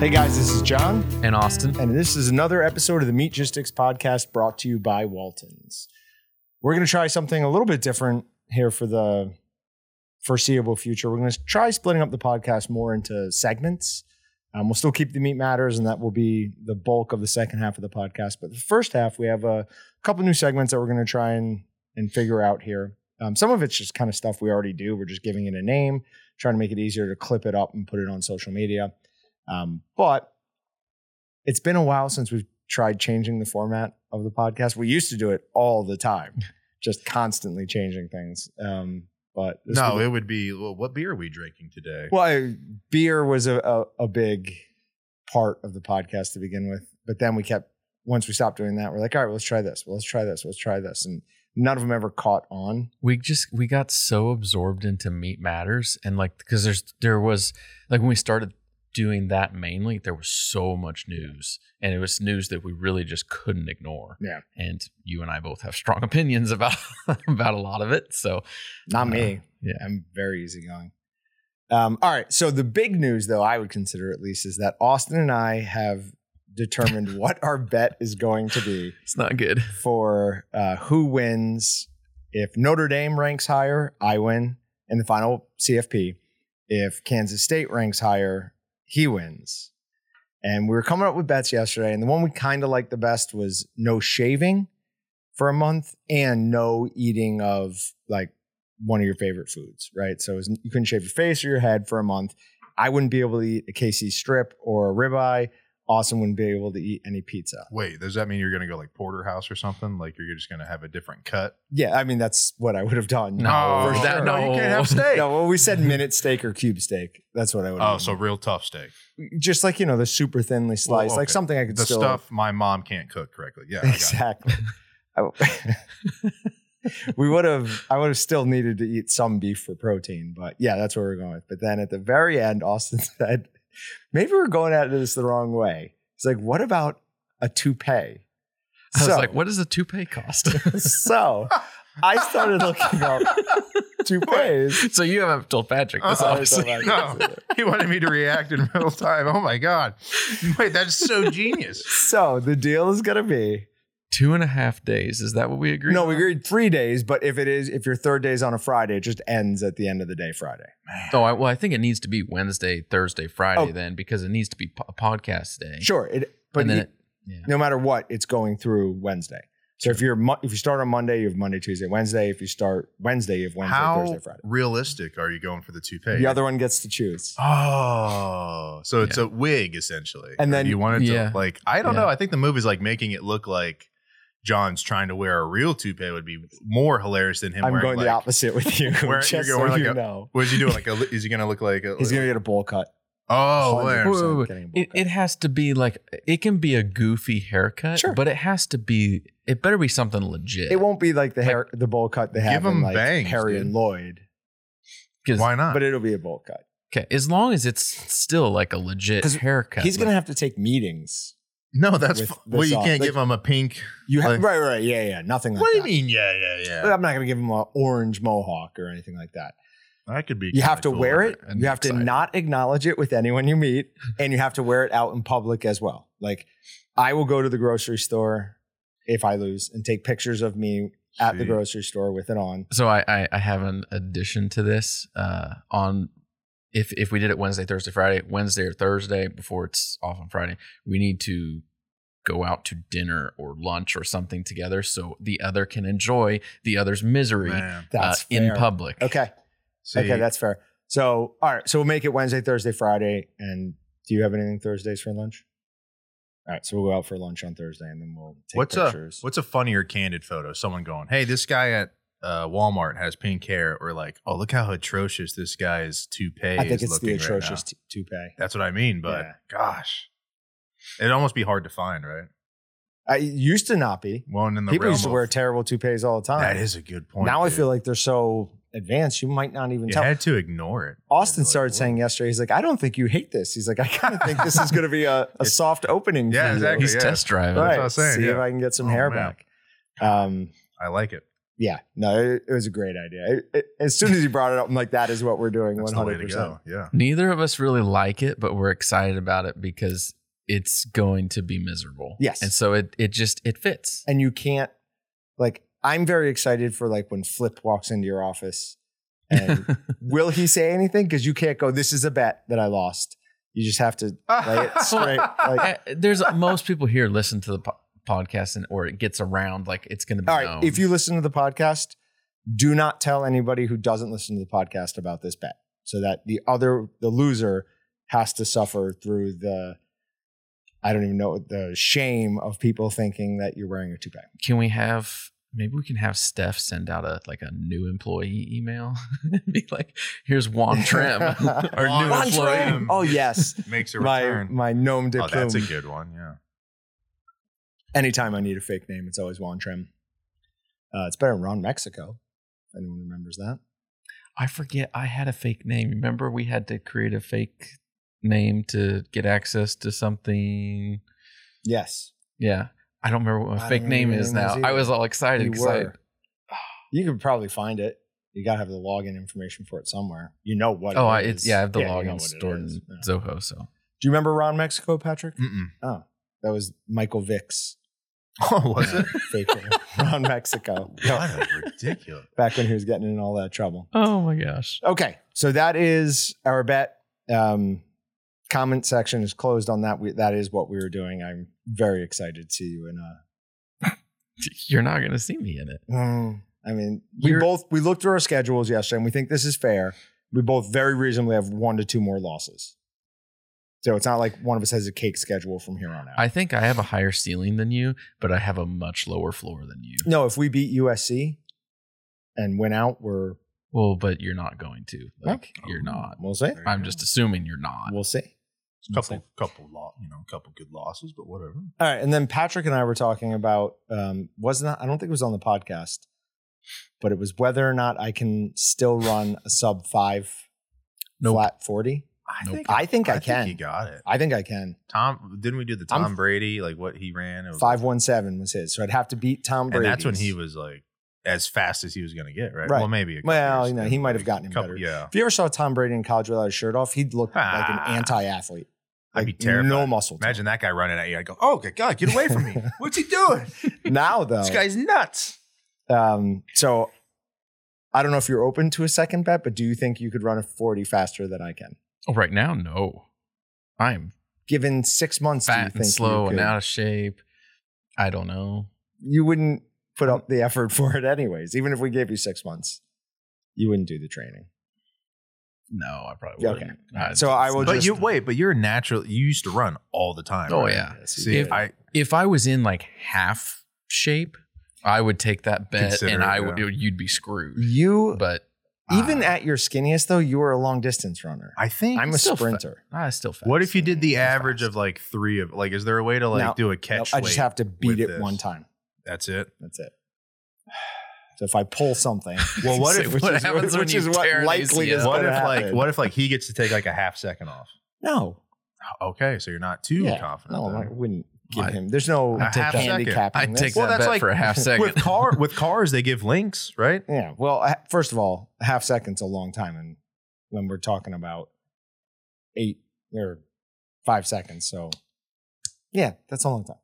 Hey guys, this is John, and Austin. and this is another episode of the Meat Gistics podcast brought to you by Waltons. We're going to try something a little bit different here for the foreseeable future. We're going to try splitting up the podcast more into segments. Um, we'll still keep the meat matters, and that will be the bulk of the second half of the podcast. But the first half, we have a couple new segments that we're going to try and and figure out here. Um, some of it's just kind of stuff we already do. We're just giving it a name, trying to make it easier to clip it up and put it on social media. Um, but it's been a while since we've tried changing the format of the podcast. We used to do it all the time, just constantly changing things. Um, but this No, was- it would be well, what beer are we drinking today? well, I- beer was a, a, a big part of the podcast to begin with, but then we kept once we stopped doing that, we're like, all right, well, let's try this. Well, let's try this. Let's try this, and none of them ever caught on. We just we got so absorbed into meat matters and like because there's there was like when we started doing that mainly there was so much news and it was news that we really just couldn't ignore. Yeah. And you and I both have strong opinions about about a lot of it. So Not me. Yeah. I'm very easygoing. Um, all right. So the big news, though, I would consider at least, is that Austin and I have determined what our bet is going to be it's not good. for uh, who wins. If Notre Dame ranks higher, I win in the final CFP. If Kansas State ranks higher, he wins. And we were coming up with bets yesterday, and the one we kind of liked the best was no shaving for a month and no eating of like one of your favorite foods, right? So it was, you couldn't shave your face or your head for a month. I wouldn't be able to eat a KC strip or a ribeye. Austin wouldn't be able to eat any pizza. Wait, does that mean you're going to go like porterhouse or something? Like you're just going to have a different cut? Yeah, I mean that's what I would have done. No, for that- sure. no. you can't have steak. No, well, we said minute steak or cube steak. That's what I would. Oh, have so done. real tough steak. just like you know the super thinly sliced, like okay. something I could The still stuff my mom can't cook correctly. Yeah, I got it. exactly. I- we would have. I would have still needed to eat some beef for protein, but yeah, that's where we're going with. But then at the very end, Austin said, "Maybe we're going at this the wrong way." It's like, what about a toupee? I was So- like, what does a toupee cost? so I started looking up toupees. so you haven't told Patrick this Uh-uh. obviously. Sorry, No. He wanted me to react in real time. Oh my god! Wait, that's so genius. So the deal is gonna be Two and a half days. Is that what we agreed? no, on? we agreed three days, but if it is if your third day is on a Friday, it just ends at the end of the day Friday. Oh, I, well, I think it needs to be Wednesday, Thursday, Friday Oh. then because it needs to be po- a podcast day. Sure, it but and then you- it, yeah. no matter what, it's going through Wednesday. So if you're Mo- if you start on Monday, you have Monday, Tuesday, Wednesday. If you start Wednesday, you have Wednesday, How Thursday, Friday. realistic are you going for the toupee? The other one gets to choose. Oh, so it's a wig essentially. And Or then- you wanted to Yeah. like I don't Yeah. know. I think the movie's like making it look like John's trying to wear a real toupee would be more hilarious than him. I'm wearing going like, the opposite with you. Where- just you're so going like you a- know, What is he doing? Like, a, is he going to look like? A, he's gonna get a bowl cut. oh, man. 100% Wait, wait, wait. getting a bowl It, cut. it has to be like it can be a goofy haircut, Sure. but it has to be. It better be something legit. It won't be like the hair, the bowl cut they Give have in him like bangs, Harry dude. and Lloyd, 'Cause- why not? but it'll be a bowl cut. okay, as long as it's still like a legit 'Cause haircut. He's gonna Like, have to take meetings. no, that's with fu- the well, you song. can't Like- Oh give him a pink. You have Like- right, right, yeah, yeah, nothing like what do you that. mean? Yeah, yeah, But yeah. I'm not going to give him an orange mohawk or anything like that. That could be. You have kinda to cool wear and- it. and You have to exciting. not acknowledge it with anyone you meet, and you have to wear it out in public as well. Like, I will go to the grocery store if I lose and take pictures of me at the See. grocery store with it on. so I, I I have an addition to this uh, on if if we did it Wednesday, Thursday, Friday, Wednesday or Thursday before it's off on Friday, we need to go out to dinner or lunch or something together so the other can enjoy the other's misery uh, Man. That's in fair. public. Okay, See, okay, that's fair. So, all right, so we'll make it Wednesday, Thursday, Friday, and do you have anything Thursdays for lunch? All right, so we'll go out for lunch on Thursday, and then we'll take what's uh, pictures. a what's a funnier candid photo? Someone going, "Hey, this guy at." Uh, Walmart has pink hair, or like, oh, look how atrocious this guy's toupee I think is it's looking the right atrocious now." t- toupee. That's what I mean, but Yeah. gosh, it'd almost be hard to find, right? I it used to not be. One in the People realm used to of- wear terrible toupees all the time. That is a good point. now I dude. feel like they're so advanced, you might not even you tell. had to ignore it. Austin Like, started whoa. saying yesterday, he's like, I don't think you hate this. He's like, I kind of think this is going to be a, a It's- soft opening. Yeah, for you." exactly. He's test driving. That's Right. what I was saying, See if yeah. I can get some Oh, hair man. back. Um, I like it. yeah, no, it, it was a great idea. It- it- as soon as you brought it up, I'm like, that is what we're doing That's 100%. the way to go. Yeah. Neither of us really like it, but we're excited about it because it's going to be miserable. Yes. And so it it just it fits. and you can't like i'm very excited for like when flip walks into your office and will he say anything because you can't go this is a bet that i lost you just have to lay it straight like Uh, There's most people here listen to the po- podcast and or it gets around like it's going to be all right known. if you listen to the podcast do not tell anybody who doesn't listen to the podcast about this bet so that the other the loser has to suffer through the i don't even know the shame of people thinking that you're wearing a toupee can we have maybe we can have Steph send out a like a new employee email be like here's Juan Trim our new Juan Trim. Juan employee Trim! oh yes Makes a my return. my gnome de oh, that's a plume. good one. Yeah. Anytime I need a fake name, it's always Juan Trim. Uh, it's better than Ron Mexico. If anyone remembers that, I forget I had a fake name remember we had to create a fake name to get access to something yes, yeah I don't remember what I my don't fake name remember is your name now either. I was all excited you because I were. You could probably find it. You gotta have the login information for it somewhere. You know what? oh I, it it's is. yeah I have the you know what login it stored is. in Yeah. Zoho so Do you remember Ron Mexico, Patrick? Mm-mm. Oh, that was Michael Vick's Oh, was uh, it? fake name, Ron Mexico. What a ridiculous. Back when he was getting in all that trouble. oh my gosh Okay, so that is our bet. Um, comment section is closed on that. We, that is what we were doing. I'm very excited to see you in a. you're not gonna see me in it mm, I mean, we You're- both we looked through our schedules yesterday, and we think this is fair. We both very reasonably have one to two more losses, so it's not like one of us has a cake schedule from here on out. I think I have a higher ceiling than you, but I have a much lower floor than you. no, if we beat USC and win out, we're Well, but you're not going to. Huh? Like you're not. We'll see. There you I'm go. just assuming you're not. We'll see. couple, couple lot, you know, couple good losses, but whatever. All right, and then Patrick and I were talking about um, was not I don't think it was on the podcast, but it was whether or not I can still run a sub five Nope. flat forty. I Nope. I think I can. you got it. I think I can. Tom, didn't we do the I'm- Tom Brady like what he ran? It was- Five one seven was his, so I'd have to beat Tom and Brady. that's when he was like as fast as he was going to get, right? Right. Well, maybe. a couple Well, years you know, ago, he might like, have gotten him couple- better. Yeah, If you ever saw Tom Brady in college without his shirt off, he'd look like Ah. an anti-athlete. I'd be Like, terrified. No muscle. tone. Imagine that guy running at you. I go, oh, good God, get away from me! What's he doing? now though. This guy's nuts. um, so I don't know if you're open to a second bet, but do you think you could run a forty faster than I can? Oh, right now, no. I'm Given six months, do you fat think and slow you and could- out of shape. I don't know. you wouldn't put Mm. up the effort for it anyways. Even if we gave you six months, you wouldn't do the training. No, I probably Yeah, okay. wouldn't. I So I will not- But you wait, but you're a natural. You used to run all the time. Oh right? yeah. See, If- I If I was in like half shape, I would take that bet, Consider and it, I would yeah. you'd be screwed. You But even uh, at your skinniest though, you were a long distance runner. I think I'm a still fa- sprinter. I still fast. What if you did the I'm average fast. of like three of like? Is there a way to like No, do a No, catch? I just weight? have to beat with it this. one time. That's it. That's it. So if I pull something, Well, what if Say, what happens when which you is tear what an likely is ACL? what gonna if like happen. what if like he gets to take like a half second off? no, Okay, so you're not too Yeah. confident. no, then. I wouldn't give I- him. There's no I'd take that. handicapping. I'd this. take Well, that that's bet like- for a half second. with car with cars they give links, right? Yeah. Well, a- first of all, a half second's a long time, and when we're talking about eight or five seconds, so yeah, that's a long time.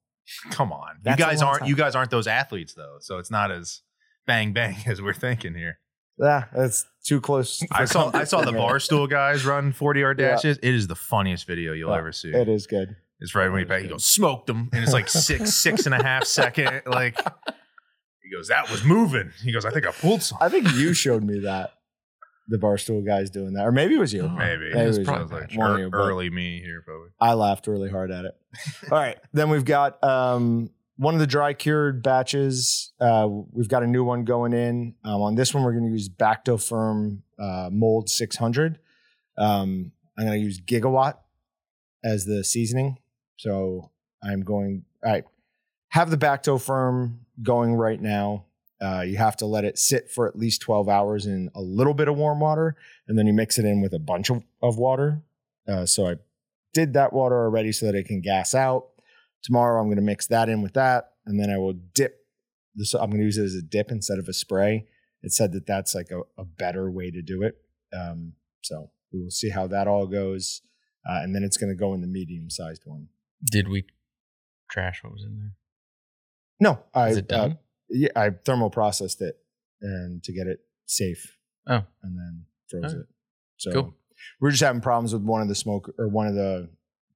Come on, That's a you guys long aren't time. you guys aren't those athletes though, so it's not as bang bang as we're thinking here. Yeah, that's too close. for I saw comfort I saw for the me. barstool guys run 40 yard Yeah. dashes. It is the funniest video you'll Yeah, ever see. It is good. It's right when he back. He goes, smoked him. And it's like six, six and a half second. Like, he goes, that was moving. He goes, I think I pulled something. I think you showed me that the barstool guys doing that, or maybe it was you. Maybe. Maybe It was it was probably I was like, One of "Er- you, but- early me here, probably. I laughed really hard at it. All right, then we've got um, one of the dry cured batches. Uh, we've got a new one going in. Um, on this one, we're going to use Bactofirm uh, mold 600. Um, I'm going to use gigawatt as the seasoning. So I'm going. I have the Bactofirm going right now. Uh, you have to let it sit for at least 12 hours in a little bit of warm water, and then you mix it in with a bunch of, of water. Uh, so I did that water already so that it can gas out. Tomorrow I'm going to mix that in with that, and then I will dip this I'm going to use it as a dip instead of a spray. It said that that's like a, a better way to do it. Um, so we will see how that all goes, uh, and then it's going to go in the medium sized one. Did we trash what was in there? No, I Is it uh, done? yeah, I thermal processed it and to get it safe. Oh. And then froze Alright. it. So Cool. we're just having problems with one of the smoke or one of the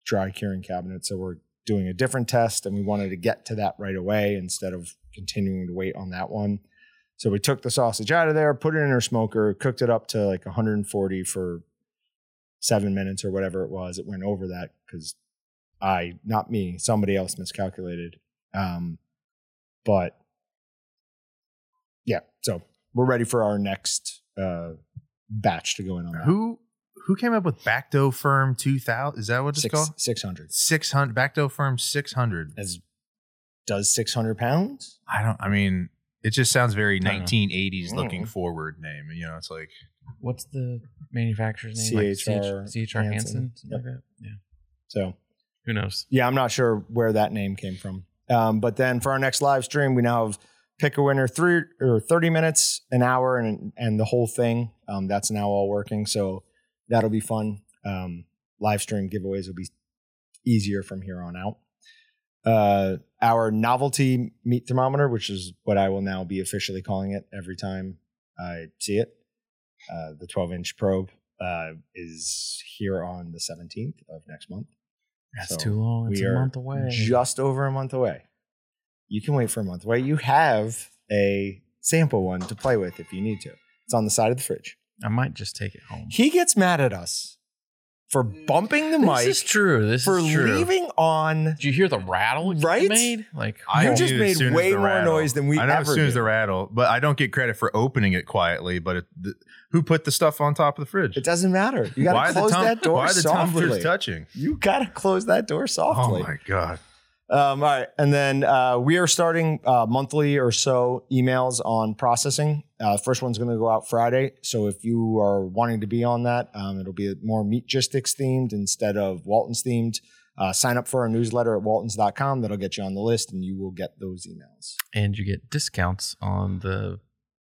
dry curing cabinets. So we're doing a different test and we wanted to get to that right away instead of continuing to wait on that one. So we took the sausage out of there, put it in our smoker, cooked it up to like 140 for seven minutes or whatever it was. It went over that because I, not me, somebody else miscalculated. Um, but yeah, so we're ready for our next uh, batch to go in on that. Who who came up with Bacto Firm 2000? Is that what it's Six, called? 600. 600 Bacto Firm 600. As does 600 pounds? I don't I mean, it just sounds very I don't know. 1980s looking Mm. forward name. You know, it's like What's the manufacturer's name? CHR like CH, CHR Hansen. Hansen. something like that. Yeah. So Who knows? yeah, I'm not sure where that name came from. Um, but then for our next live stream, we now have pick a winner three or 30 minutes, an hour, and and the whole thing. Um, that's now all working, so that'll be fun. Um, live stream giveaways will be easier from here on out. Uh, our novelty meat thermometer, which is what I will now be officially calling it every time I see it, uh, the 12 inch probe uh, is here on the 17th of next month That's So, too long. It's we a are month away. just over a month away. You can wait for a month away. You have a sample one to play with if you need to. It's on the side of the fridge. I might just take it home. He gets mad at us for bumping the this mic, is true. This for is true. leaving on. Did you hear the rattle it Right? made? Like I oh, just knew as made soon as way the more noise than we I know ever as soon as did. the rattle, but I don't get credit for opening it quietly. But it, th- who put the stuff on top of the fridge? It doesn't matter. You got to close tum- that door Why are the softly. tumblers touching? you got to close that door softly. Oh my god! Um, all right. And then uh, we are starting uh, monthly or so emails on processing. Uh, first one's going to go out Friday. So if you are wanting to be on that, um, it'll be more Meatgistics themed instead of Walton's themed. Uh, sign up for our newsletter at waltons.com. That'll get you on the list and you will get those emails. and you get discounts on the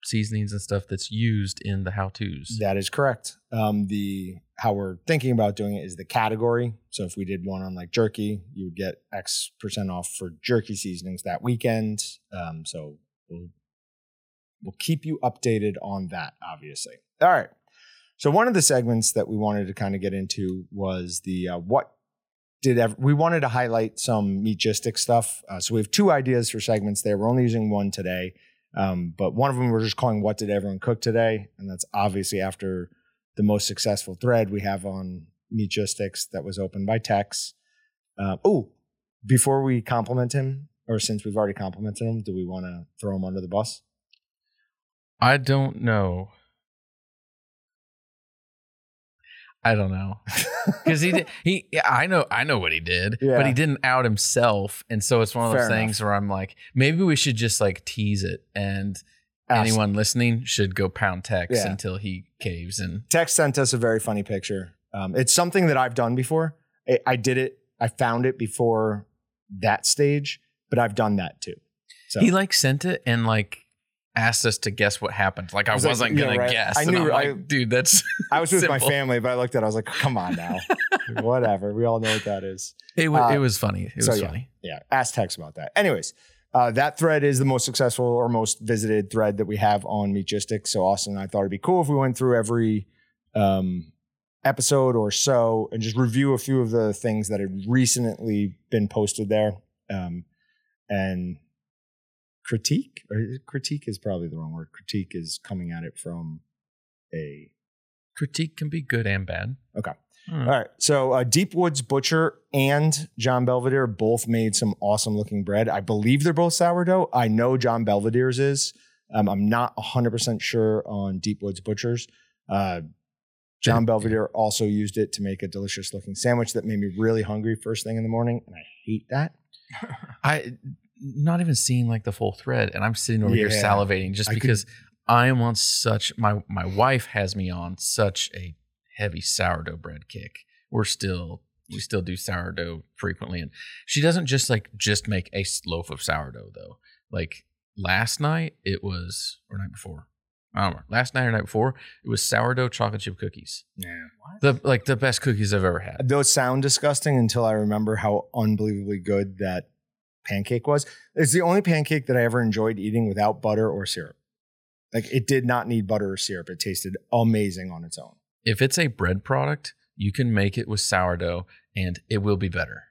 seasonings and stuff that's used in the how to's. That is correct. Um, the how we're thinking about doing it is the category. So if we did one on like jerky, you would get X percent off for jerky seasonings that weekend. Um, so we'll we'll keep you updated on that. Obviously, all right. So one of the segments that we wanted to kind of get into was the uh, what did ev- we wanted to highlight some meatgistic stuff. Uh, so we have two ideas for segments there. We're only using one today. Um, but one of them we're just calling "What did everyone cook today?" and that's obviously after the most successful thread we have on Meatgistics that was opened by Tex. Uh, oh, before we compliment him, or since we've already complimented him, do we want to throw him under the bus? I don't know. I don't know because he did, he yeah, I know I know what he did, Yeah. but he didn't out himself, and so it's one of those Fair enough. things where I'm like, maybe we should just like tease it, and Ask- anyone listening should go pound text Yeah. until he caves and Tex sent us a very funny picture. Um, it's something that I've done before. I, I did it. I found it before that stage, but I've done that too. So he like sent it and like asked us to guess what happened. Like I I was like, wasn't yeah, gonna right. guess. I and knew- I'm like, I- dude, that's I was with my Simple. family, but I looked at it. I was like, come on now. Whatever. We all know what that is. it. Was, Uh, it was funny. It was so, yeah. funny. Yeah. Ask Tex about that. Anyways, uh, that thread is the most successful or most visited thread that we have on Meatgistics. So Austin and I thought it'd be cool if we went through every um, episode or so and just review a few of the things that had recently been posted there. Um, and critique or critique is probably the wrong word. Critique is coming at it from a Critique can be good and bad. Okay. Hmm. All right. So uh, Deep Woods Butcher and John Belvedere both made some awesome looking bread. I believe they're both sourdough. I know John Belvedere's is. Um, I'm not 100% sure on Deep Woods Butcher's. Uh, John Belvedere also used it to make a delicious looking sandwich that made me really hungry first thing in the morning. And I hate that. I not even seeing like the full thread, and I'm sitting over here Yeah. salivating just I could- because I am on such my my wife has me on such a heavy sourdough bread kick. We're still we still do sourdough frequently, and she doesn't just like just make a s- loaf of sourdough though. Like last night it was or night before. I don't remember. Last night or night before, it was sourdough chocolate chip cookies. Yeah. The like the best cookies I've ever had. Those sound disgusting until I remember how unbelievably good that pancake was. It's the only pancake that I ever enjoyed eating without butter or syrup. Like it did not need butter or syrup. It tasted amazing on its own. If it's a bread product, you can make it with sourdough and it will be better.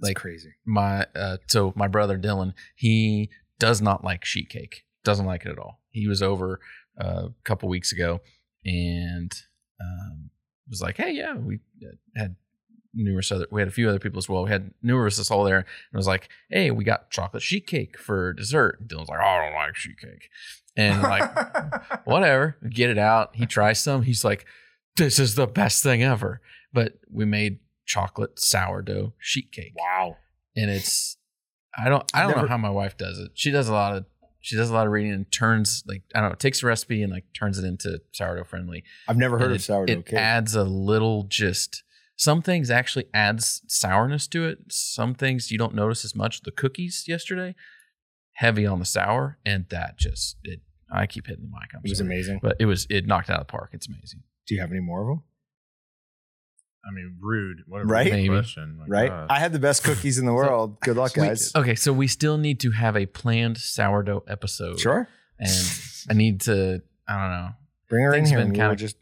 It's Like- crazy. my uh, so my brother Dylan, he does not like sheet cake. Doesn't like it at all. He was over uh, a couple weeks ago and um, was like, "Hey, yeah, we uh, had numerous other. We had a few other people as well. We had numerous us all there." And was like, "Hey, we got chocolate sheet cake for dessert." And Dylan's like, "I don't like sheet cake," and like whatever, get it out. He tries some. He's like, "This is the best thing ever." But we made chocolate sourdough sheet cake wow. and it's I don't I don't Never- know how my wife does it. She does a lot of she does a lot of reading and turns like I don't know takes a recipe and like turns it into sourdough friendly. I've never heard And of it- sourdough It cake. adds a little just some things actually adds sourness to it. Some things you don't notice as much. The cookies yesterday heavy on the sour and that just it. I keep hitting the mic. I'm it was sorry. amazing. But Oh it was it knocked it out of the park. It's amazing. Do you have any more of them? I mean, rude. What a Right? rude Maybe. question. My Right? God. I had the best cookies in the world. Good luck, We- guys. okay, so we still need to have a planned sourdough episode. Sure. And I need to I don't know. Bring her in Things here been and we kinda- will just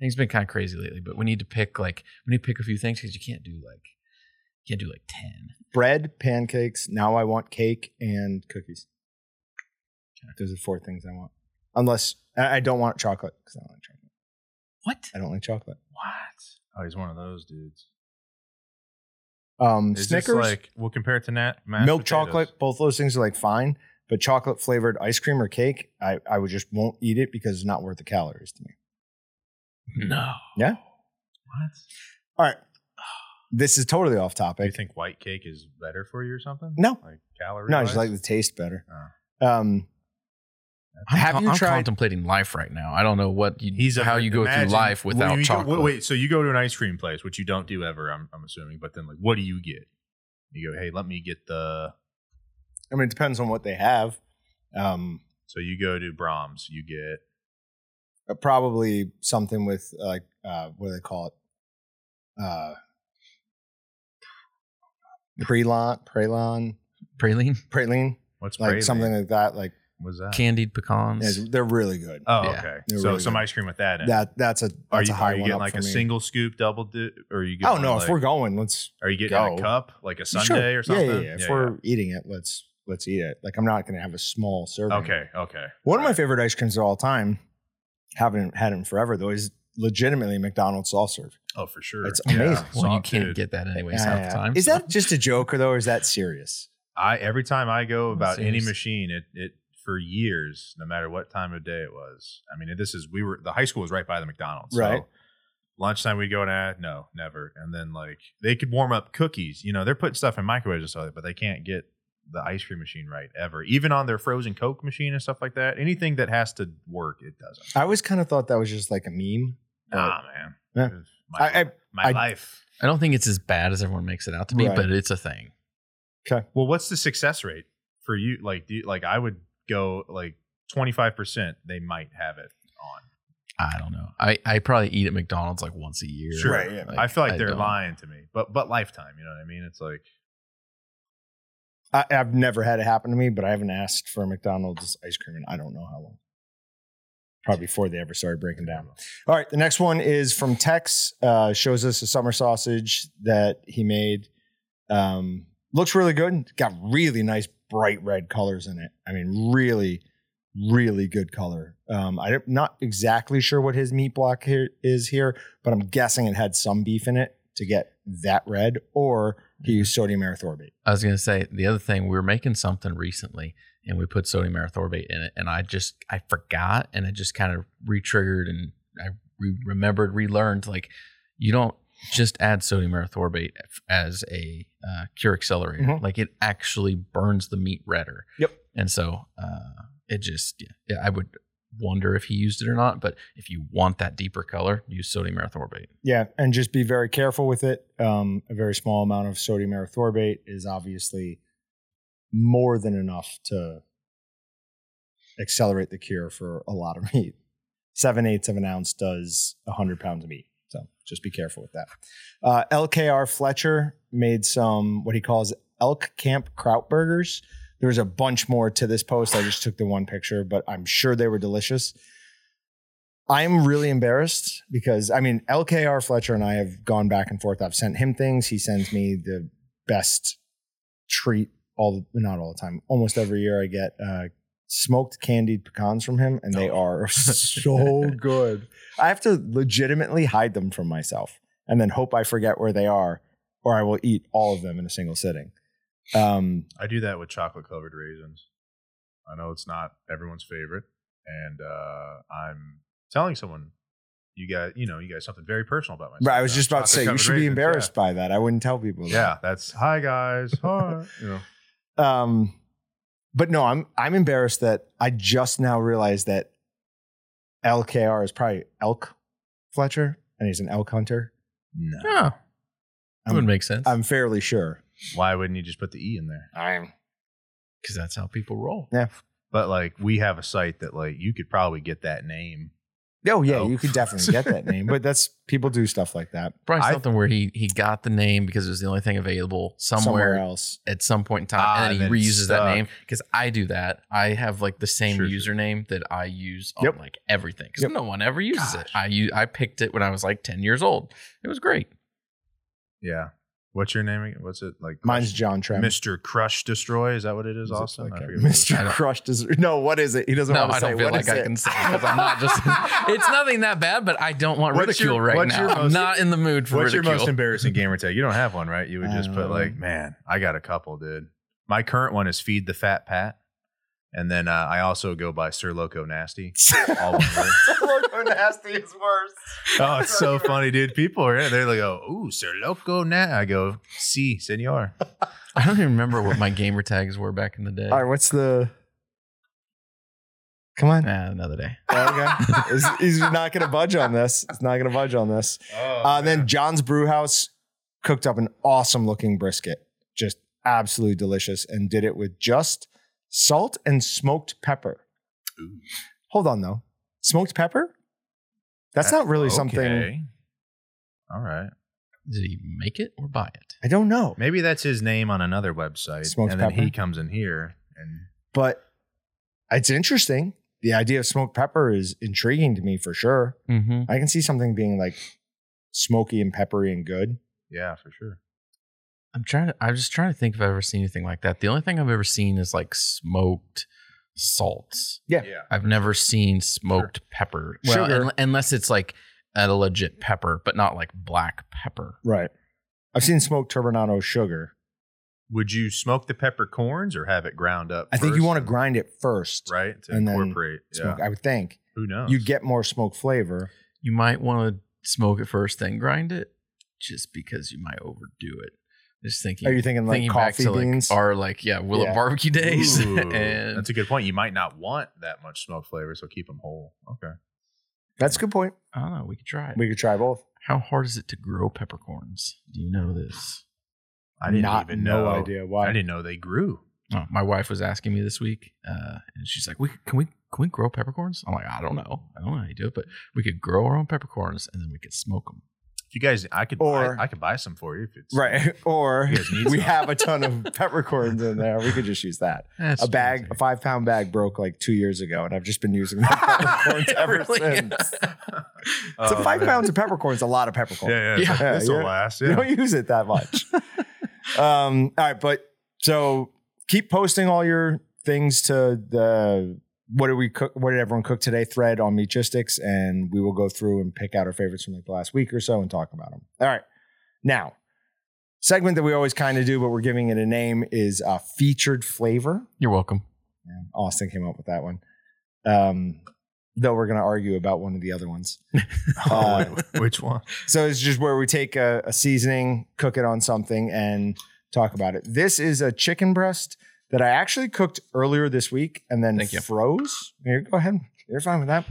things been kind of crazy lately, but we need to pick like we need to pick a few things because you can't do like you can't do like ten. bread, pancakes. Now I want cake and cookies. Those are four things I want. Unless I I don't want chocolate because I don't like chocolate. What? I don't like chocolate. What? oh, he's one of those dudes. Um, It's just Snickers, like we'll compare it to Nat. milk chocolate. Both those things are like fine, but chocolate flavored ice cream or cake, I I would just won't eat it because it's not worth the calories to me. Hmm. No. Yeah. What? All right, this is totally off Do you topic. think white cake is better for you or something? No. Like calories? No, I just like the taste better. Oh. Um, I'm, Have con- you I'm tried- contemplating life right now. I don't know what you, He's a- how you go imagine- through life well, without you go- chocolate. wait, wait, so you go to an ice cream place, which you don't do ever, I'm, I'm assuming. But then, like, what do you get? You go, hey, let me get the. I mean, it depends on what they have. Um, So you go to Brahms, you get uh, probably something with like uh, what do they call it? Uh, prelon, prelon, Praline, praline, what's like praline? something like that. Like What's that? candied pecans. yeah, they're really good. oh, Yeah. okay. They're So really some good. ice cream with that in. it. that that's a are that's you, a high are you one getting up like for a me. Oh, single scoop double dip? Or are you I getting don't know like, if we're going. Let's Are you getting in go. a cup like a Sunday Sure. or something? Yeah, yeah, yeah. If we're eating it, let's let's eat it. Like I'm not going to have a small serving. Okay, okay. One of my favorite ice creams of all time, haven't had it in forever though, is legitimately McDonald's soft serve. Oh, for sure. It's Yeah. amazing. well, you Soft, can't dude. get that anyways Yeah, half yeah. the time. Uh, Is so- that just a joke or though, or is that serious? I every time I go about any serious. machine, it it for years, no matter what time of day it was. I mean, this is we were the high school was right by the McDonald's, Right. So lunchtime we'd go nah, no, never. And then like they could warm up cookies. You know, they're putting stuff in microwaves and stuff, but they can't get the ice cream machine right ever. Even on their frozen Coke machine and stuff like that. Anything that has to work, it doesn't. I always kind of thought that was just like a meme. Nah, man. Yeah. My, I, I my I- life. I don't think it's as bad as everyone makes it out to be, Right. but it's a thing. Well, what's the success rate for you? Like, do you, like I would go like twenty five percent. They might have it on. I don't know. I, I probably eat at McDonald's like once a year. Sure, Right, yeah. I feel like they're don't- lying to me, but but lifetime. You know what I mean? It's like I, I've never had it happen to me, but I haven't asked for a McDonald's ice cream in I don't know how long. Probably before they ever started breaking down. All right, the next one is from Tex. Uh, shows us a summer sausage that he made. Um, looks really good. Got really nice bright red colors in it. I mean, really, really good color. Um, I'm not exactly sure what his meat block here is here, but I'm guessing it had some beef in it to get that red, or he used sodium erythorbate. I was gonna say the other thing we were making something recently, and we put sodium erythorbate in it, and I just I forgot, and it just kind of re-triggered, and I re- remembered, relearned like you don't just add sodium erythorbate f- as a uh, cure accelerator, Mhm. like it actually burns the meat redder. Yep. And so uh, it just yeah, yeah, I would wonder if he used it or not, but if you want that deeper color, use sodium erythorbate. Yeah, and just be very careful with it. Um, a very small amount of sodium erythorbate is obviously more than enough to accelerate the cure for a lot of meat. Seven eighths of an ounce does 100 pounds of meat. So just be careful with that. Uh, LKR Fletcher made some what he calls elk camp kraut burgers. There was a bunch more to this post. I just took the one picture, but I'm sure they were delicious. I'm really embarrassed because I mean LKR Fletcher and I have gone back and forth. I've sent him things. He sends me the best treat all the, not all the time. Almost every year I get uh, smoked candied pecans from him, and they Oh. are so good. I have to legitimately hide them from myself and then hope I forget where they are, or I will eat all of them in a single sitting. Um, I do that with chocolate covered raisins. I know it's not everyone's favorite, and uh, I'm telling someone you got you know you got something very personal about myself. but I was just about to say you Chocolate-covered should be raisins, embarrassed by that. I wouldn't tell people. Yeah, that. Yeah, that's hi guys. Hi. you know, Um, but no, I'm I'm embarrassed that I just now realized that LKR is probably elk Fletcher, and he's an elk hunter. no. Yeah, that would I'm, make sense I'm fairly sure. Why wouldn't you just put the e in there? I'm because that's how people roll. But like we have a site that like you could probably get that name. oh yeah, Elk. you could definitely get that name, but that's people do stuff like that Probably I- something where he he got the name because it was the only thing available somewhere, somewhere else. at some point in time, Ah, and and then then he it's reuses that stuck. name because I do that. I have like the same Sure, sure. username that I use on Yep. like everything because Yep. no one ever uses it. Gosh. I u- I picked it when I was like ten years old. It was great. Yeah. What's your name again? What's it like? Mine's John Trem. Mr. Crush Destroy. Is that what it is, Is it Austin? like I a forget what it is. Mr. Crushed is no. What is it? He doesn't No, want to I say. don't feel What like is I it? can say because I'm not just. it's nothing that bad, but I don't want Ah. What's ridicule your- right what's now. your I'm most- not in the mood for What's ridicule. your most embarrassing gamer tag? You don't have one, right? You would just put Um, like, man, I got a couple, dude. My current one is feed the fat pat, and then uh, I also go by Sir Loco Nasty. All one word. Loco nasty is worse. oh, it's so funny, dude. People are in it. They're like, oh, ooh, Sir Loco Nasty. I go, si, senor. I don't even remember what my gamer tags were back in the day. All right, what's the? Come on. Nah, another day. Oh, okay. he's, he's not going to budge on this. He's not going to budge on this. Oh, Uh, then John's Brewhouse cooked up an awesome looking brisket, just absolutely delicious, and did it with just salt and smoked pepper. Ooh. Hold on though, smoked pepper? That's not really something. All right. Did he make it or buy it? I don't know, Maybe that's his name on another website, Smoked and then he pepper? comes in here and. but it's interesting. The idea of smoked pepper is intriguing to me for sure. Mm-hmm. I can see something being like smoky and peppery and good. Yeah, for sure. I'm trying to. I'm just trying to think if I've ever seen anything like that. The only thing I've ever seen is like smoked salts. Yeah. I've never seen smoked pepper. Well, Sugar. un- unless it's like a legit pepper, but not like black pepper. Right. I've seen smoked turbinado sugar. Would you smoke the peppercorns or have it ground up? I think you first want to and- grind it first. right? To and then incorporate. Yeah. Oh. Smoke, I would think Who knows? you get more smoke flavor. You might want to smoke it first, then grind it, just because you might overdo it. Just thinking. Are you thinking like thinking back coffee to beans? like our like yeah, will Yeah. it barbecue days? Ooh, and that's a good point. You might not want that much smoke flavor, so keep them whole. Okay. That's a good point. I don't know. We could try it. We could try both. How hard is it to grow peppercorns? Do you know this? I didn't Not- even no know. idea why. I didn't know they grew. Oh, my wife was asking me this week, uh, and she's like, "We can we can we grow peppercorns?" I'm like, "I don't know, I don't know how you do it, but we could grow our own peppercorns and then we could smoke them." If you guys, I could. Or- buy, I could buy some for you if it's Right. Or You guys need we some. have a ton of peppercorns in there. We could just use that. a bag, a five pound bag broke like two years ago, and I've just been using the peppercorns It ever really since. is. It's a Oh, five man. pounds of peppercorns, a lot of peppercorns. Yeah, yeah. it's like, Yeah, this will yeah. last. You Yeah. don't use it that much. um, all right, but so keep posting all your things to the what did we cook? What did everyone cook today? Thread on Meatistics, and we will go through and pick out our favorites from like the last week or so and talk about them. All right, now segment that we always kind of do, but we're giving it a name is uh, featured flavor. You're welcome. Yeah, Austin came up with that one. Um, though we're going to argue about one of the other ones. Uh, Oh, wait, which one? so it's just where we take a, a seasoning, cook it on something, and talk about it. This is a chicken breast that I actually cooked earlier this week and then Thank you. froze. Here, go ahead. You're fine with that.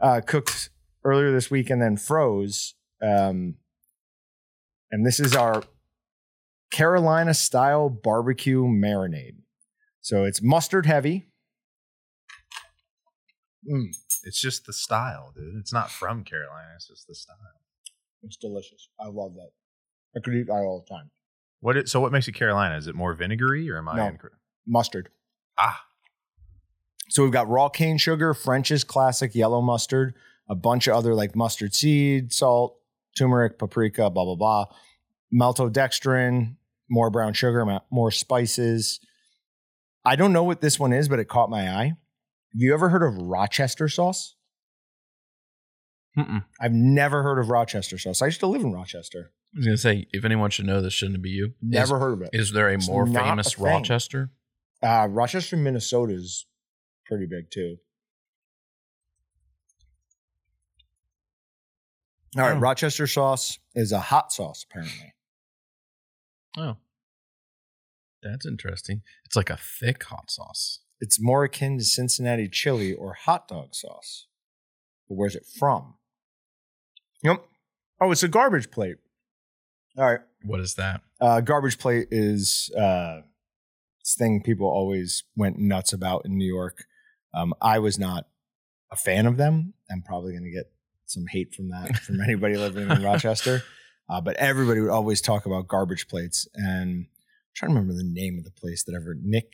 Uh, cooked earlier this week and then froze. Um, and this is our Carolina style barbecue marinade. So it's mustard heavy. Mm, It's just the style, dude. It's not from Carolina. It's just the style. it's delicious. I love that. I could eat that all the time. What? It, so what makes it Carolina? Is it more vinegary, or am I No. incorrect? Mustard. Ah, So we've got raw cane sugar, French's classic yellow mustard, a bunch of other like mustard seed, salt, turmeric, paprika, blah blah blah, maltodextrin, more brown sugar, ma- more spices. I don't know what this one is, but it caught my eye. Have you ever heard of Rochester sauce? Mm-mm. I've never heard of Rochester sauce. I used to live in Rochester. I was gonna say, if anyone should know, this shouldn't be you. Never heard of it. Is, is there a It's more not a famous thing. Rochester? Uh, Rochester, Minnesota is pretty big too. All right, Oh. Rochester sauce is a hot sauce, apparently. Oh, that's interesting. It's like a thick hot sauce. It's more akin to Cincinnati chili or hot dog sauce. But where's it from? Yep. Oh, it's a garbage plate. All right. What is that? Uh, garbage plate is uh, this thing people always went nuts about in New York. Um, I was not a fan of them. I'm probably going to get some hate from that from anybody living in Rochester. Uh, but everybody would always talk about garbage plates, and I'm trying to remember the name of the place that ever Nick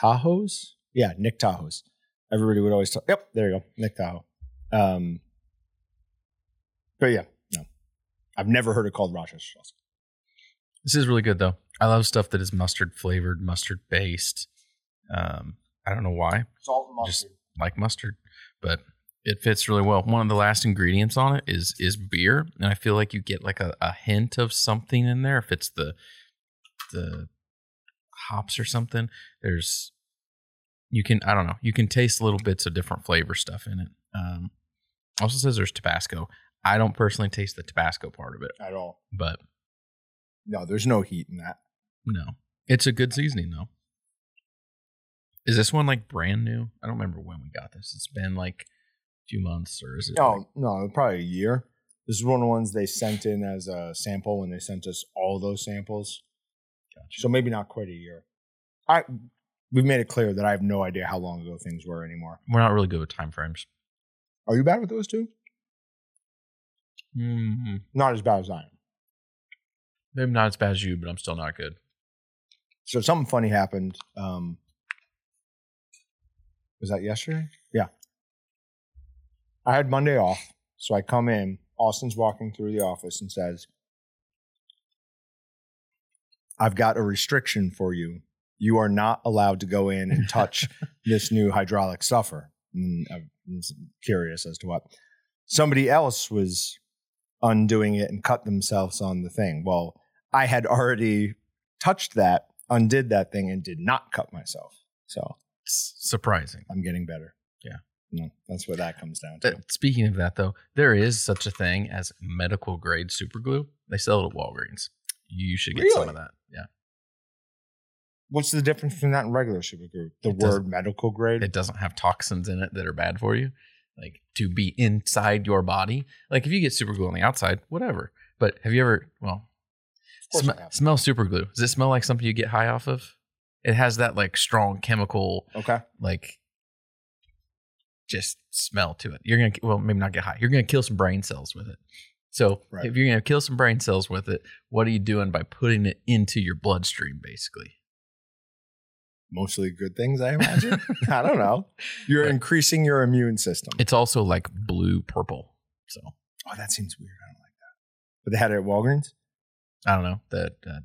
Tahoes. Yeah, Nick Tahoes. Everybody would always talk. Yep, there you go, Nick Tahoe. Um, but yeah, no, I've never heard it called Rochester sauce. This is really good though. I love stuff that is mustard flavored, mustard based. Um, I don't know why, Salt and mustard. like mustard, but it fits really well. One of the last ingredients on it is is beer, and I feel like you get like a, a hint of something in there if it's the the hops or something. There's you can I don't know you can taste little bits of different flavor stuff in it. Um, also says there's Tabasco. I don't personally taste the Tabasco part of it, at all. but No, there's no heat in that. no, it's a good seasoning though. Is this one like brand new? I don't remember when we got this. It's been like a few months, or is it? like- No, no, probably a year. This is one of the ones they sent in as a sample when they sent us all those samples. So maybe not quite a year. I we've made it clear that I have no idea how long ago things were anymore. we're not really good with time frames. Are you bad with those two? mm Not as bad as I am. Maybe not as bad as you, but I'm still not good. So something funny happened. Um, was that yesterday? Yeah. I had Monday off, so I come in. Austin's walking through the office and says, "I've got a restriction for you. You are not allowed to go in and touch this new hydraulic stuffer." And I was curious as to what somebody else was undoing it and cut themselves on the thing. Well, I had already touched that, undid that thing, and did not cut myself. So It's surprising. I'm getting better. Yeah. No, that's what that comes down to. But speaking of that, though, there is such a thing as medical grade super glue. They sell it at Walgreens. You should get some Really? of that. Yeah, What's the difference between that and regular super glue? The It doesn't- word medical grade? it doesn't have toxins in it that are bad for you, like to be inside your body. Like if you get super glue on the outside, whatever. But have you ever? Well, Of course sm- I have. smell super glue. Does it smell like something you get high off of? It has that like strong chemical Okay. like just smell to it. You're gonna well maybe not get high. You're gonna kill some brain cells with it. So Right. if you're gonna kill some brain cells with it, what are you doing by putting it into your bloodstream, basically? Mostly good things, I imagine. I don't know. You're Right. increasing your immune system. It's also like blue purple. So oh, that seems weird. I don't like that. But they had it at Walgreens? I don't know that uh,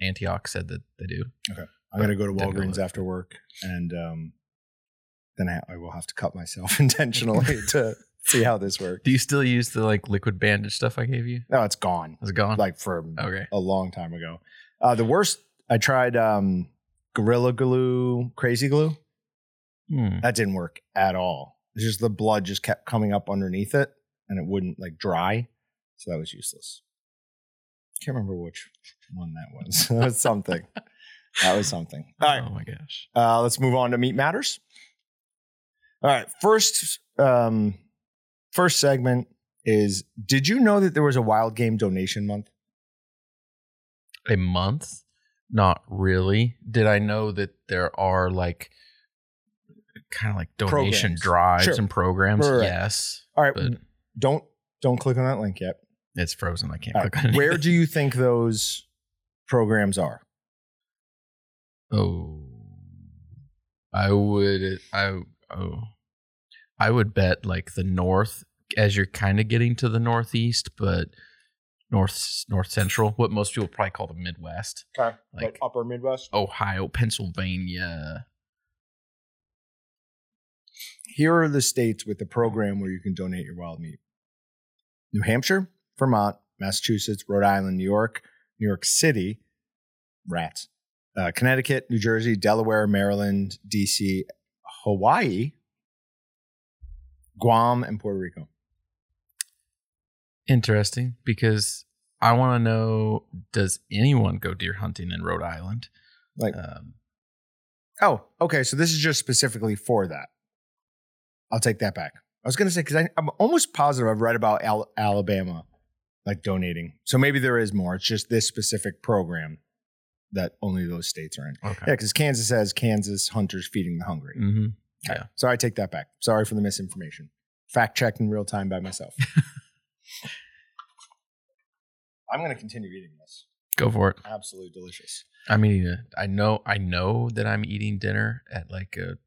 Antioch said that they do. I'm going to go to Didn't know Walgreens that. after work and um, then I, I will have to cut myself intentionally to see how this works. Do you still use the like liquid bandage stuff I gave you? No, it's gone. Is it gone? Like for okay. a long time ago. Uh, the worst, I tried um, Gorilla Glue, Crazy Glue. Hmm. That didn't work at all. It's just the blood just kept coming up underneath it and it wouldn't like dry. So that was useless. Can't remember which one that was. that was something. That was something. All right. Oh my gosh. Uh, let's move on to meat matters. All right, first um, first segment is: Did you know that there was a wild game donation month? a month not really did i know that there are like kind of like donation Programs. drives Sure. and programs. Right, Mm. right. Yes, All right, but don't don't click on that link yet. it's frozen. I can't All click on right, it. where do you think those programs are? Oh, I would. I oh, I would bet like the north as you're kind of getting to the northeast, but north north central, what most people probably call the Midwest, Okay, like like upper Midwest. Ohio, Pennsylvania. Here are the states with the program where you can donate your wild meat: New Hampshire, Vermont, Massachusetts, Rhode Island, New York, New York City, rats, uh, Connecticut, New Jersey, Delaware, Maryland, D.C., Hawaii, Guam, and Puerto Rico. Interesting, because I want to know: Does anyone go deer hunting in Rhode Island? Like- um, Oh, okay. So this is just specifically for that. I'll take that back. I was going to say because I'm almost positive I've read about Al- Alabama like donating. So maybe there is more. It's just this specific program that only those states are in. okay. Yeah, because Kansas has Kansas hunters feeding the hungry. hmm Okay. yeah. So I take that back. Sorry for the misinformation. Fact checked in real time by myself. I'm going to continue eating this. Go for it. Absolutely delicious. I mean, uh, I know, I know that I'm eating dinner at like a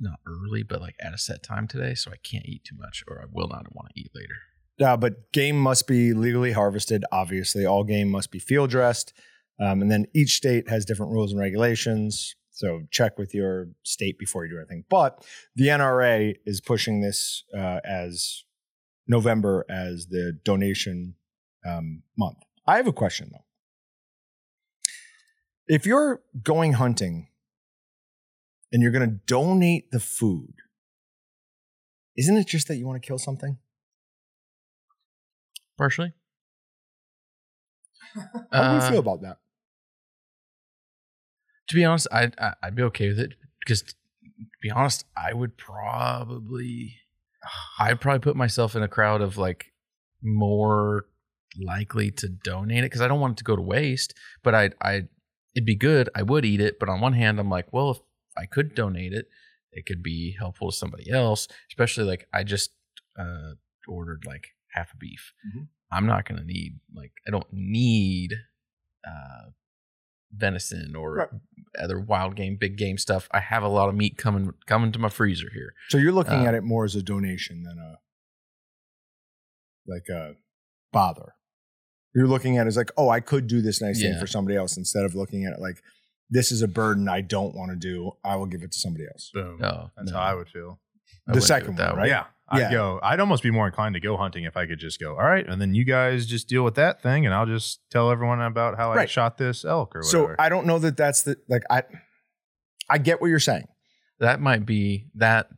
not early, but like at a set time today, so I can't eat too much, or I will not want to eat later. Yeah, but game must be legally harvested. Obviously, all game must be field dressed, um, and then each state has different rules and regulations. So check with your state before you do anything. But the NRA is pushing this uh, as November as the donation um, month. I have a question though. If you're going hunting and you're going to donate the food, isn't it just that you want to kill something? Partially. How do Uh, you feel about that? To be honest, I, I I'd be okay with it because, to be honest, I would probably, I'd probably put myself in a crowd of like more likely to donate it because I don't want it to go to waste. But I I it'd be good. I would eat it. But on one hand, I'm like, well, if I could donate it, it could be helpful to somebody else. Especially like I just uh, ordered like half a beef. Mhm. I'm not gonna need like I don't need uh, venison or Right. other wild game, big game stuff. I have a lot of meat coming coming to my freezer here. So you're looking Uh, at it more as a donation than a like a bother. You're looking at it as like, oh, I could do this nice Yeah. thing for somebody else instead of looking at it like this is a burden I don't want to do. I will give it to somebody else. Boom. No, That's Oh, no, how I would the I feel. wouldn't do second it that one, way. right? Yeah. I'd Yeah. go. I'd almost be more inclined to go hunting if I could just go, all right, and then you guys just deal with that thing and I'll just tell everyone about how I Right. shot this elk or So whatever. I don't know that that's the like I I get what you're saying. That might be that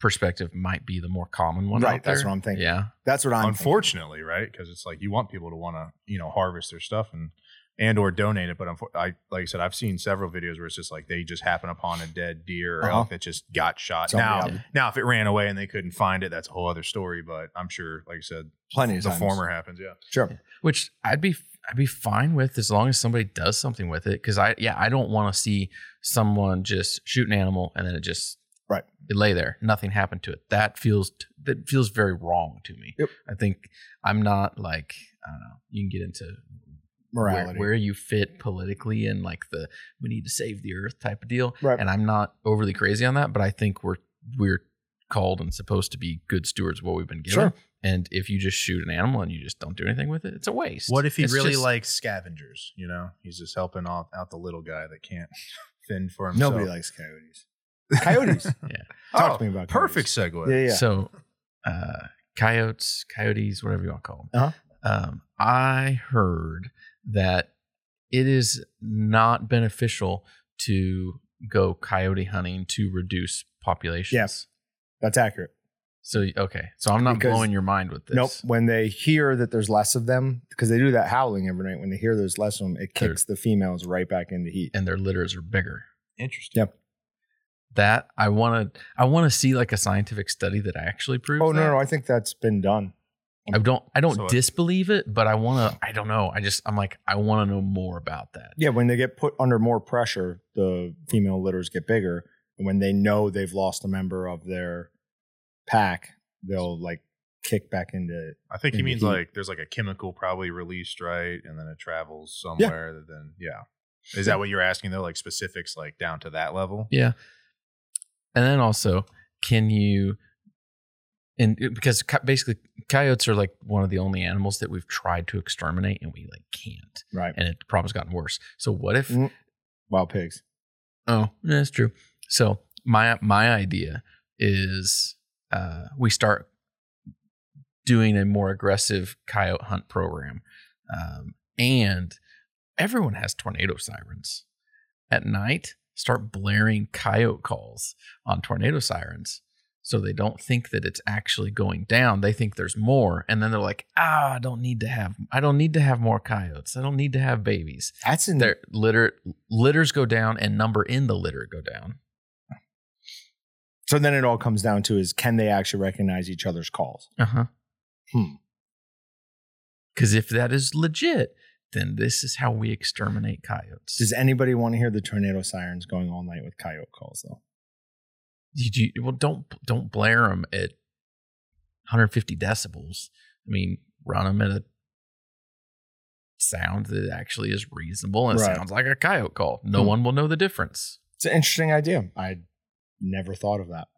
perspective might be the more common one. Right, out there. that's what I'm thinking. Yeah, That's what I'm thinking. unfortunately, right? Because it's like you want people to want to, you know, harvest their stuff and and or donate it. But unfor- I, like I said, I've seen several videos where it's just like they just happen upon a dead deer or Uh-huh. elk that just got shot. Somebody now, out. now if it ran away and they couldn't find it, that's a whole other story. But I'm sure, like I said, plenty of the times. former happens. Yeah, Sure. which I'd be I'd be fine with as long as somebody does something with it. Because I yeah I don't want to see someone just shoot an animal and then it just Right. it lay there nothing happened to it. That feels that feels very wrong to me. Yep. I think I'm not like I don't know. You can get into where, Morality. where you fit politically and like the we need to save the earth type of deal. Right. And I'm not overly crazy on that, but I think we're we're called and supposed to be good stewards of what we've been given. Sure. And if you just shoot an animal and you just don't do anything with it, it's a waste. What if he It's really just- likes scavengers? You know, he's just helping out, out the little guy that can't fend for himself. Oh, Nobody likes coyotes. Coyotes. Talk to me about perfect segue. Yeah, yeah. So, uh, coyotes, coyotes, whatever you want to call them. Uh-huh. Um, I heard that it is not beneficial to go coyote hunting to reduce populations. Yes. That's accurate. So okay, so I'm not Because- blowing your mind with this. Nope. When they hear that there's less of them, because they do that howling every night. When they hear there's less of them, it They're- kicks the females right back into heat. And their litters are bigger. Interesting. That I want to. I want to see like a scientific study that actually proves. Oh that. no, no, I uh, think that's been done. I don't. I don't So it- disbelieve it, but I want to. I don't know. I just. I'm like. I want to know more about that. Yeah, when they get put under more pressure, the female litters get bigger, when they know they've lost a member of their pack, they'll like kick back into I think he Maybe means he- like there's like a chemical probably released, right? And then it travels somewhere. that Then yeah, is that what you're asking though? Like specifics, like down to that level. Yeah. And then also, can you, and it- because co- basically coyotes are like one of the only animals that we've tried to exterminate and we like can't. right And it, the problem's gotten worse. So what if, Mm. wild pigs. oh, yeah, that's true. So my, my idea is uh, we start doing a more aggressive coyote hunt program. Um, and everyone has tornado sirens. At night, start blaring coyote calls on tornado sirens. So they don't think that it's actually going down. They think there's more. And then they're like, ah, I don't need to have I don't need to have more coyotes. I don't need to have babies. That's in Their litter litters go down and number in the litter go down. So then it all comes down to is can they actually recognize each other's calls? Uh huh. Hmm. Because if that is legit, then this is how we exterminate coyotes. Does anybody want to hear the tornado sirens going all night with coyote calls though? Did you, well, don't don't blare them at 150 decibels. I mean, run them at a sound that actually is reasonable and Right. sounds like a coyote call. No Hmm. one will know the difference. It's an interesting idea. I never thought of that.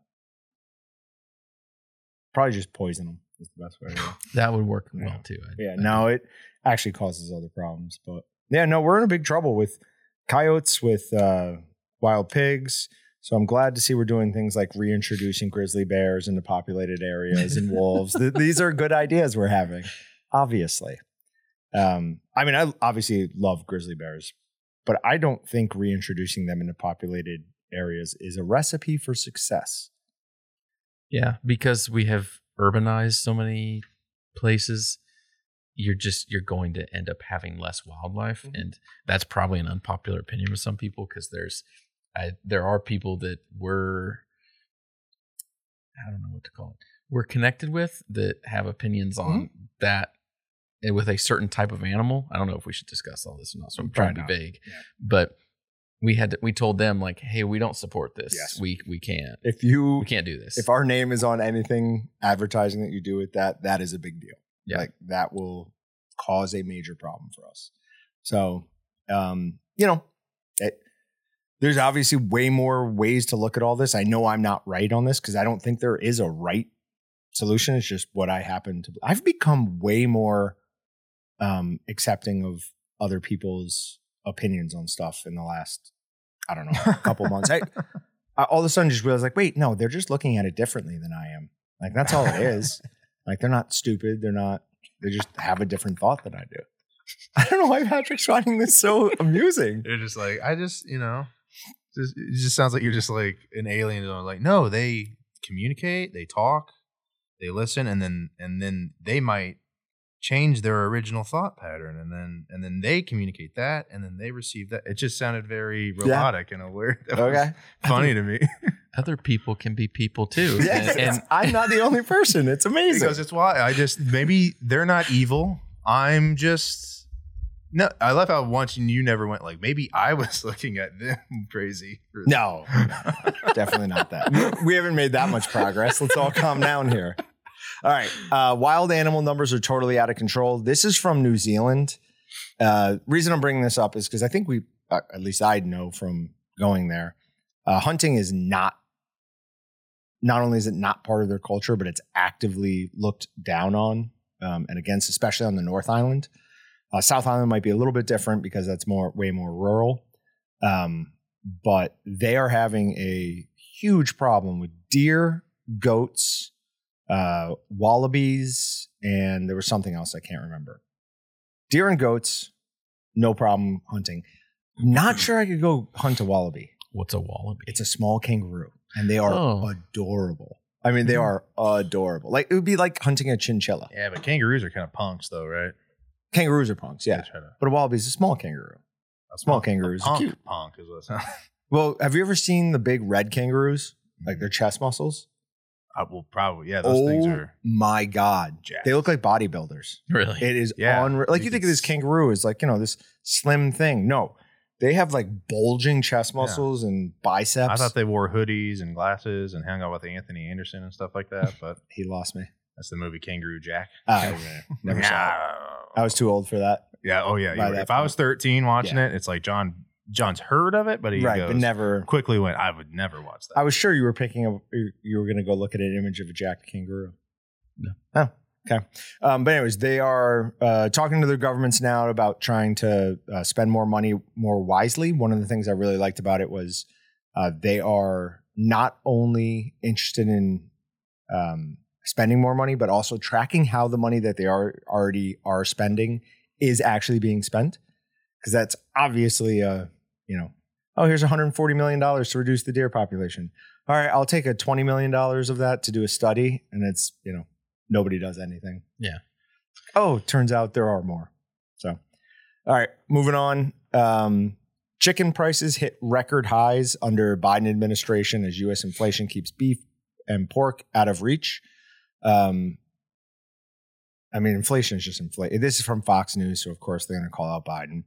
Probably just poison them is the best way. To go. That would work Yeah. well too. I- yeah, I no, it actually causes other problems. But yeah, no, we're in a big trouble with coyotes, with uh, wild pigs. So I'm glad to see we're doing things like reintroducing grizzly bears into populated areas and wolves. Th- these are good ideas we're having, obviously. Um, I mean, I obviously love grizzly bears, but I don't think reintroducing them into populated areas is a recipe for success. Yeah, because we have urbanized so many places, you're just you're going to end up having less wildlife, Mhm. and that's probably an unpopular opinion with some people because there's I, there are people that we're I don't know what to call it we're connected with that have opinions on Mm-hmm. that and with a certain type of animal. I don't know if we should discuss all this or not, so I'm trying to be Probably vague, Yeah. but we had to, we told them like, hey, we don't support this. Yes. We we can't If you we can't do this. if our name is on anything advertising that you do with that, that is a big deal. Yeah. Like that will cause a major problem for us. So, um, you know, it, there's obviously way more ways to look at all this. I know I'm not right on this because I don't think there is a right solution. It's just what I happen to. I've become way more um, accepting of other people's opinions on stuff in the last, I don't know, couple months. I, I all of a sudden just realized like, wait, no, they're just looking at it differently than I am. Like that's all it is. like they're not stupid. They're not. They just have a different thought than I do. I don't know why Patrick's finding this so amusing. You're just like I just you know, just, it just sounds like you're just like an alien. And I'm like no, they communicate, they talk, they listen, and then and then they might change their original thought pattern, and then and then they communicate that, and then they receive that. It just sounded very robotic and in a weird. that was Okay. funny to me other people can be people too. Yes, And, and I'm not the only person. It's amazing. because it's why I just maybe they're not evil. I'm just. No, I love how once you never went like maybe I was looking at them crazy. for no, definitely not that. We haven't made that much progress. Let's all calm down here. All right. Uh, wild animal numbers are totally out of control. This is from New Zealand. Uh, reason I'm bringing this up is because I think we, uh, at least I know from going there, uh, hunting is not. Not only is it not part of their culture, but it's actively looked down on um, and against, especially on the North Island. Uh, South Island might be a little bit different because that's more way more rural. Um, but they are having a huge problem with deer, goats, uh, wallabies, and there was something else I can't remember. Deer and goats, no problem hunting. Not sure I could go hunt a wallaby. what's a wallaby? It's a small kangaroo, and they are Oh. adorable. I mean, they are adorable. Like it would be like hunting a chinchilla. Yeah, but kangaroos are kind of punks, though, right? Kangaroos are punks, yeah. They try to- But a wallaby is a small kangaroo. a Small punk- kangaroos are punk, cute. punk is what it sounds. Well, have you ever seen the big red kangaroos? Like their chest muscles? I will probably. Yeah, those oh things are. my god, jacked. they look like bodybuilders. really? It is Yeah, unreal. I Like you think think of this it's- kangaroo as like you know this slim thing. No, They have like bulging chest muscles and biceps. I thought they wore hoodies and glasses and hung out with Anthony Anderson and stuff like that. But he lost me. that's the movie Kangaroo Jack. Oh, never saw it. I was too old for that. Yeah. Oh yeah. you by were- that if I was 13 watching it, it's like John. John's heard of it, but he right, goes, but never. quickly went. I would never watch that. I was sure you were picking a. you- You were going to go look at an image of a jacked kangaroo. No. Oh, okay. Um, but anyways, they are uh, talking to their governments now about trying to uh, spend more money more wisely. One of the things I really liked about it was uh, they are not only interested in um, spending more money, but also tracking how the money that they are already are spending is actually being spent, because that's obviously a you know oh, here's $140 million to reduce the deer population. All right, I'll take a $20 million of that to do a study. And it's, you know, nobody does anything. Yeah. Oh, turns out there are more. So, all right, moving on. Um, chicken prices hit record highs under Biden administration as U.S. inflation keeps beef and pork out of reach. Um, I mean, inflation is just inflation. This is from Fox News, so of course they're going to call out Biden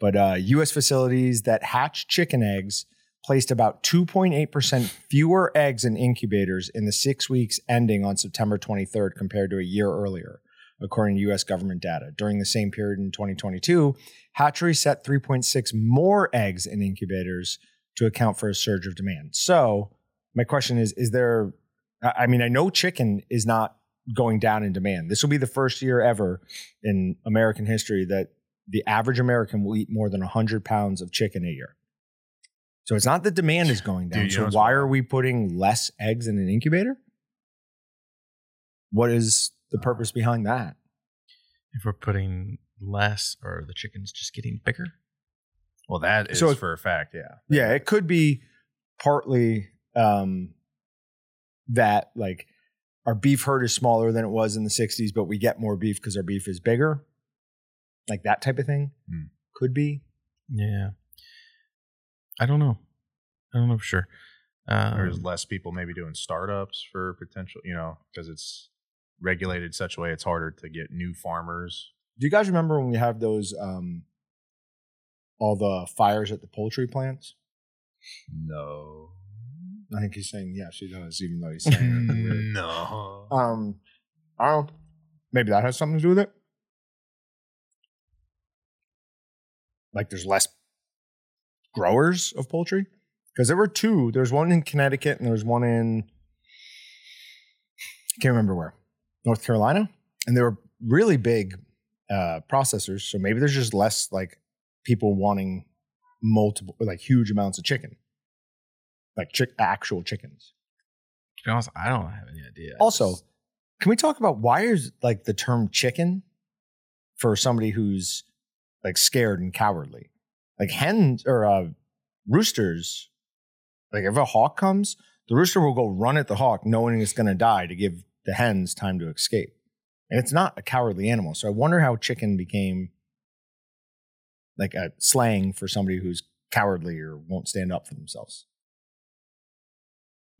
but uh, U.S. facilities that hatch chicken eggs placed about 2.8% fewer eggs in incubators in the six weeks ending on September 23rd compared to a year earlier, according to U.S. government data. During the same period in 2022, hatcheries set 3.6 more eggs in incubators to account for a surge of demand. So, my question is is there, I I mean, I know chicken is not going down in demand. This will be the first year ever in American history that the average American will eat more than 100 pounds of chicken a year. So it's not that demand is going down. Dude, you know so what's why wild? are we putting less eggs in an incubator? What is Uh, the purpose behind that? If we're putting less, or the chicken's just getting bigger. well, that is So if- for a fact. Yeah. Yeah, it could be partly um, that like our beef herd is smaller than it was in the 60s, but we get more beef because our beef is bigger. Like that type of thing Hmm. could be. Yeah. I don't know. I don't know for sure. Um, There's less people maybe doing startups for potential, you know, because it's regulated such a way it's harder to get new farmers. Do you guys remember when we have those um, all the fires at the poultry plants? No. I think he's saying yes, he does, even though he's saying it weird. No. Um, I don't. Maybe that has something to do with it. Like there's less growers of poultry because there were two. There's one in Connecticut and there's one in can't remember where, North Carolina, and they were really big uh, processors. So maybe there's just less like people wanting multiple like huge amounts of chicken, like chick actual chickens. to be honest, I don't have any idea. I Also, just- can we talk about why is like the term chicken for somebody who's like scared and cowardly? Like hens or uh, roosters, like if a hawk comes, the rooster will go run at the hawk knowing it's going to die to give the hens time to escape. And it's not a cowardly animal. So I wonder how chicken became like a slang for somebody who's cowardly or won't stand up for themselves.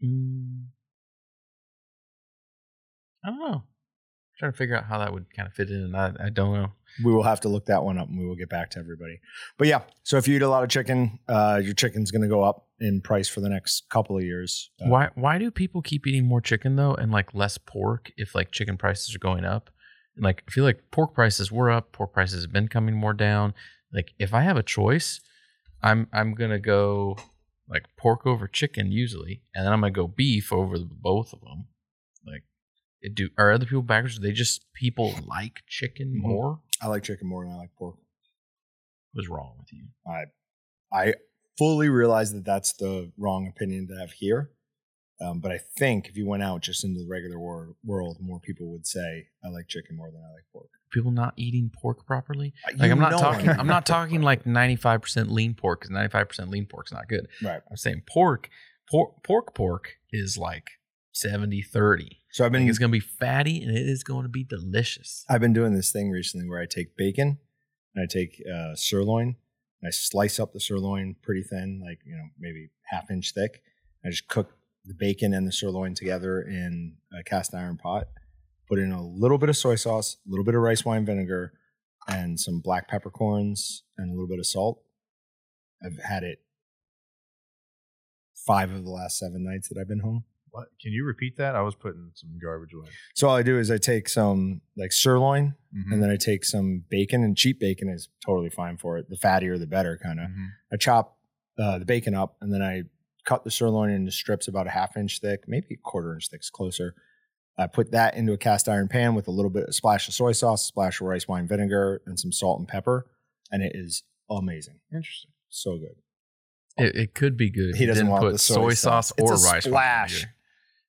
Mm. I don't know. I'm trying to figure out how that would kind of fit in. and I, I don't know. we will have to look that one up and we will get back to everybody. But yeah, so if you eat a lot of chicken, uh, your chicken's going to go up in price for the next couple of years. Uh, Why why do people keep eating more chicken though and like less pork if like chicken prices are going up? And like I feel like pork prices were up, pork prices have been coming more down. Like if I have a choice, I'm I'm gonna go like pork over chicken usually, and then I'm gonna go beef over the, both of them. Like it do are other people backwards? Do they just people like chicken Mhm. more? I like chicken more than I like pork. What's wrong with you? I fully realize that that's the wrong opinion to have here. Um, but I think if you went out just into the regular wor- world, more people would say, I like chicken more than I like pork. People not eating pork properly? Uh, Like you I'm not know talking. it. I'm not talking like 95% lean pork because 95% lean pork's not good. Right. I'm saying pork, pork, pork, pork is like 70, 30. So I've I been think it's going to be fatty and it is going to be delicious. I've been doing this thing recently where I take bacon and I take uh, sirloin and I slice up the sirloin pretty thin, like you know maybe half inch thick. I just cook the bacon and the sirloin together in a cast iron pot. Put in a little bit of soy sauce, a little bit of rice wine vinegar, and some black peppercorns and a little bit of salt. I've had it five of the last seven nights that I've been home. What? Can you repeat that? I was putting some garbage away. So all I do is I take some like sirloin Mhm. and then I take some bacon and cheap bacon is totally fine for it. The fattier the better kind of. Mhm. I chop uh, the bacon up and then I cut the sirloin into strips about a half inch thick, maybe a quarter inch thick, it's closer. I put that into a cast iron pan with a little bit, a splash of soy sauce, a splash of rice wine vinegar, and some salt and pepper, and it is amazing. Interesting. So good. It, it could be good. He doesn't Didn't want put the soy soy sauce. sauce, It's or a rice. splash.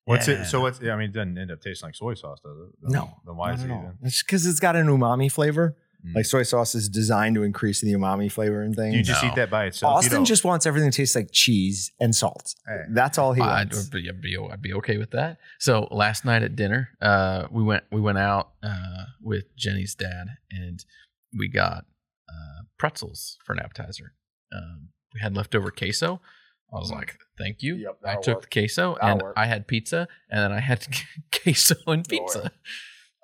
What's Yeah. it? So what's? I mean, it doesn't end up tasting like soy sauce, does it? Then- No, Then why is it Not at all. even? It's because it's got an umami flavor. Mm. Like soy sauce is designed to increase the umami flavor and Do things. you just No. eat that by itself? You Austin don't- just wants everything to taste like cheese and salt. Hey. That's all he I'd wants. be, I'd, be, I'd be okay with that. So last night at dinner, uh, we went we went out uh, with Jenny's dad, and we got uh, pretzels for an appetizer. Um, we had leftover queso. I was like, "Thank you." Yep, I that'll took work. the queso, That'll and work. I had pizza, and then I had queso and That'll work. pizza.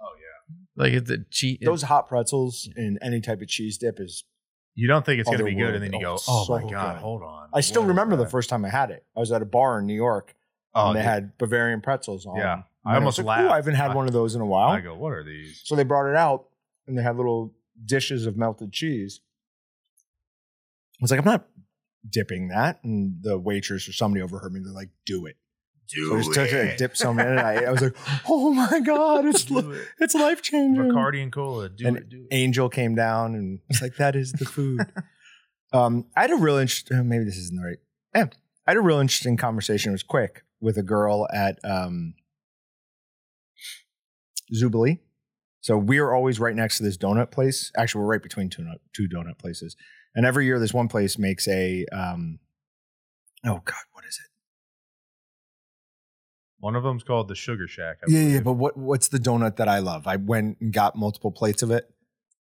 Oh, yeah, like it's a cheat. Those hot pretzels and any type of cheese dip is You don't think it's going to be Otherworldly. good, and then you Oh, go, it's "Oh so my god, good. hold on." I still What is remember the that? first time I had it. I was at a bar in New York Oh, and they dude, had Bavarian pretzels on. Yeah. And I was almost Ooh, laughed. I haven't had I- one of those in a I while. go, "What are these?" So they brought it out and they had little dishes of melted cheese. I was like, I'm not dipping that. And the waitress or somebody overheard me. They're like, do it. so I just took it, dipped some in, and I, I was like, oh my God, it's, li- Do it. it's life changing. Bacardi and cola. Do And it. Do it. Angel came down and was like, "That is the food." um, I had a real interesting. Maybe this isn't the right. Yeah, I had a real interesting conversation. It was quick with a girl at um, Zubilee. So we are always right next to this donut place. Actually, we're right between two donut, two donut places. And every year, this one place makes a. Um, oh God, what is it? One of them's called the Sugar Shack. I Yeah, yeah. believe. But what what's the donut that I love? I went and got multiple plates of it.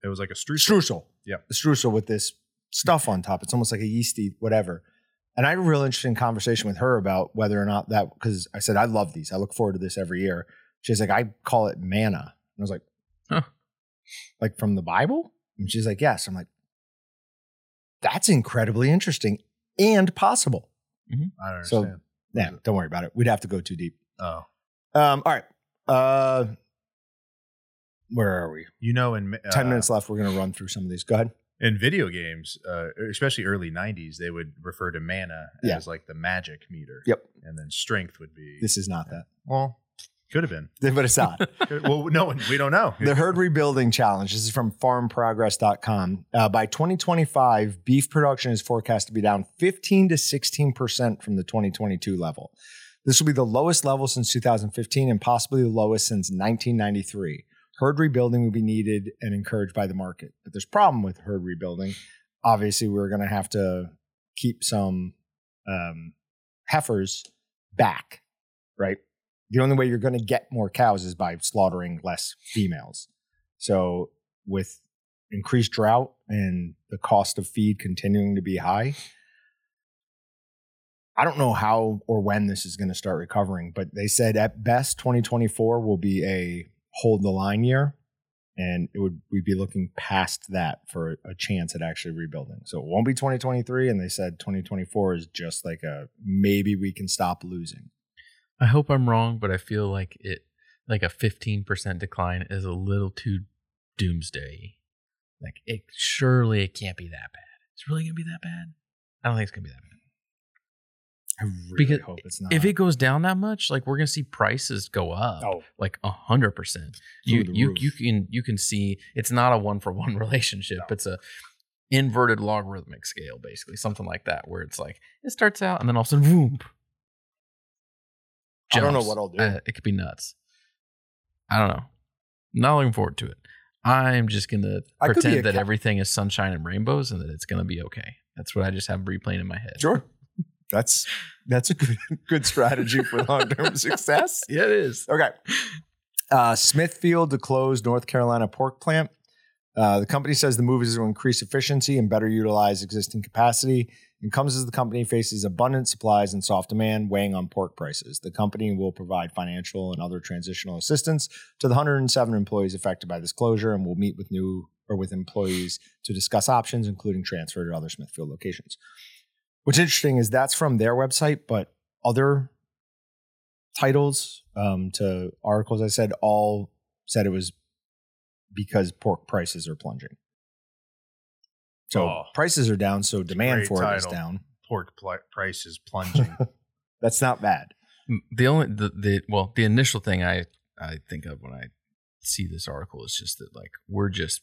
it was like a street. streusel. Yeah. A streusel with this stuff on top. It's almost like a yeasty whatever. And I had a real interesting conversation with her about whether or not that because I said I love these. I look forward to this every year. She's like, I call it manna. And I was like, Huh. like from the Bible? And she's like, yes. I'm like, that's incredibly interesting and possible. I don't So- understand. Yeah, don't worry about it. We'd have to go too deep. oh, Um, all right. Uh where are we? you know, in uh, Ten minutes left. We're gonna run through some of these. Go ahead. in video games, uh, especially early '90s, they would refer to mana Yeah. as like the magic meter. Yep. And then strength would be This is not that. well, could have been. But it's not. Could- well, no, one- we don't know. The herd rebuilding challenge. This is from farmprogress.com. Uh, by 2025, beef production is forecast to be down 15 to 16% from the 2022 level. This will be the lowest level since 2015 and possibly the lowest since 1993. Herd rebuilding will be needed and encouraged by the market. But there's a problem with herd rebuilding. Obviously, we're going to have to keep some um, heifers back, right? the only way you're going to get more cows is by slaughtering less females. So with increased drought and the cost of feed continuing to be high, I don't know how or when this is going to start recovering, but they said at best 2024 will be a hold the line year and it would we'd be looking past that for a chance at actually rebuilding. So it won't be 2023 and they said 2024 is just like a maybe we can stop losing. I hope I'm wrong, but I feel like it like a 15% decline is a little too doomsday. Like it surely it can't be that bad. It's really going to be that bad? I don't think it's going to be that bad. I really Because hope it's not. If it goes down that much, like we're going to see prices go up Uh-huh. oh, like a 100%. You the you roof. you can you can see it's not a one for one relationship. No. It's a inverted logarithmic scale basically, something like that where it's like it starts out and then all of a sudden boom. I don't know jumps. what I'll do. Uh, it could be nuts. I don't know. Not looking forward to it. I'm just gonna I could be a pretend that cow- everything is sunshine and rainbows and that it's gonna be okay. That's what I just have replaying in my head. sure. That's that's a good good strategy for long term success. Yeah, it is. Okay. Uh, Smithfield to close North Carolina pork plant. Uh, the company says the move is to increase efficiency and better utilize existing capacity and comes as the company faces abundant supplies and soft demand weighing on pork prices. The company will provide financial and other transitional assistance to the 107 employees affected by this closure and will meet with new or with employees to discuss options, including transfer to other Smithfield locations. What's interesting is that's from their website, but other titles um, to articles I said all said it was because pork prices are plunging. So Oh. prices are down, so demand great for it is title. down. Pork pli price is plunging. That's not bad. the only the, the well the initial thing i i think of when i see this article is just that like we're just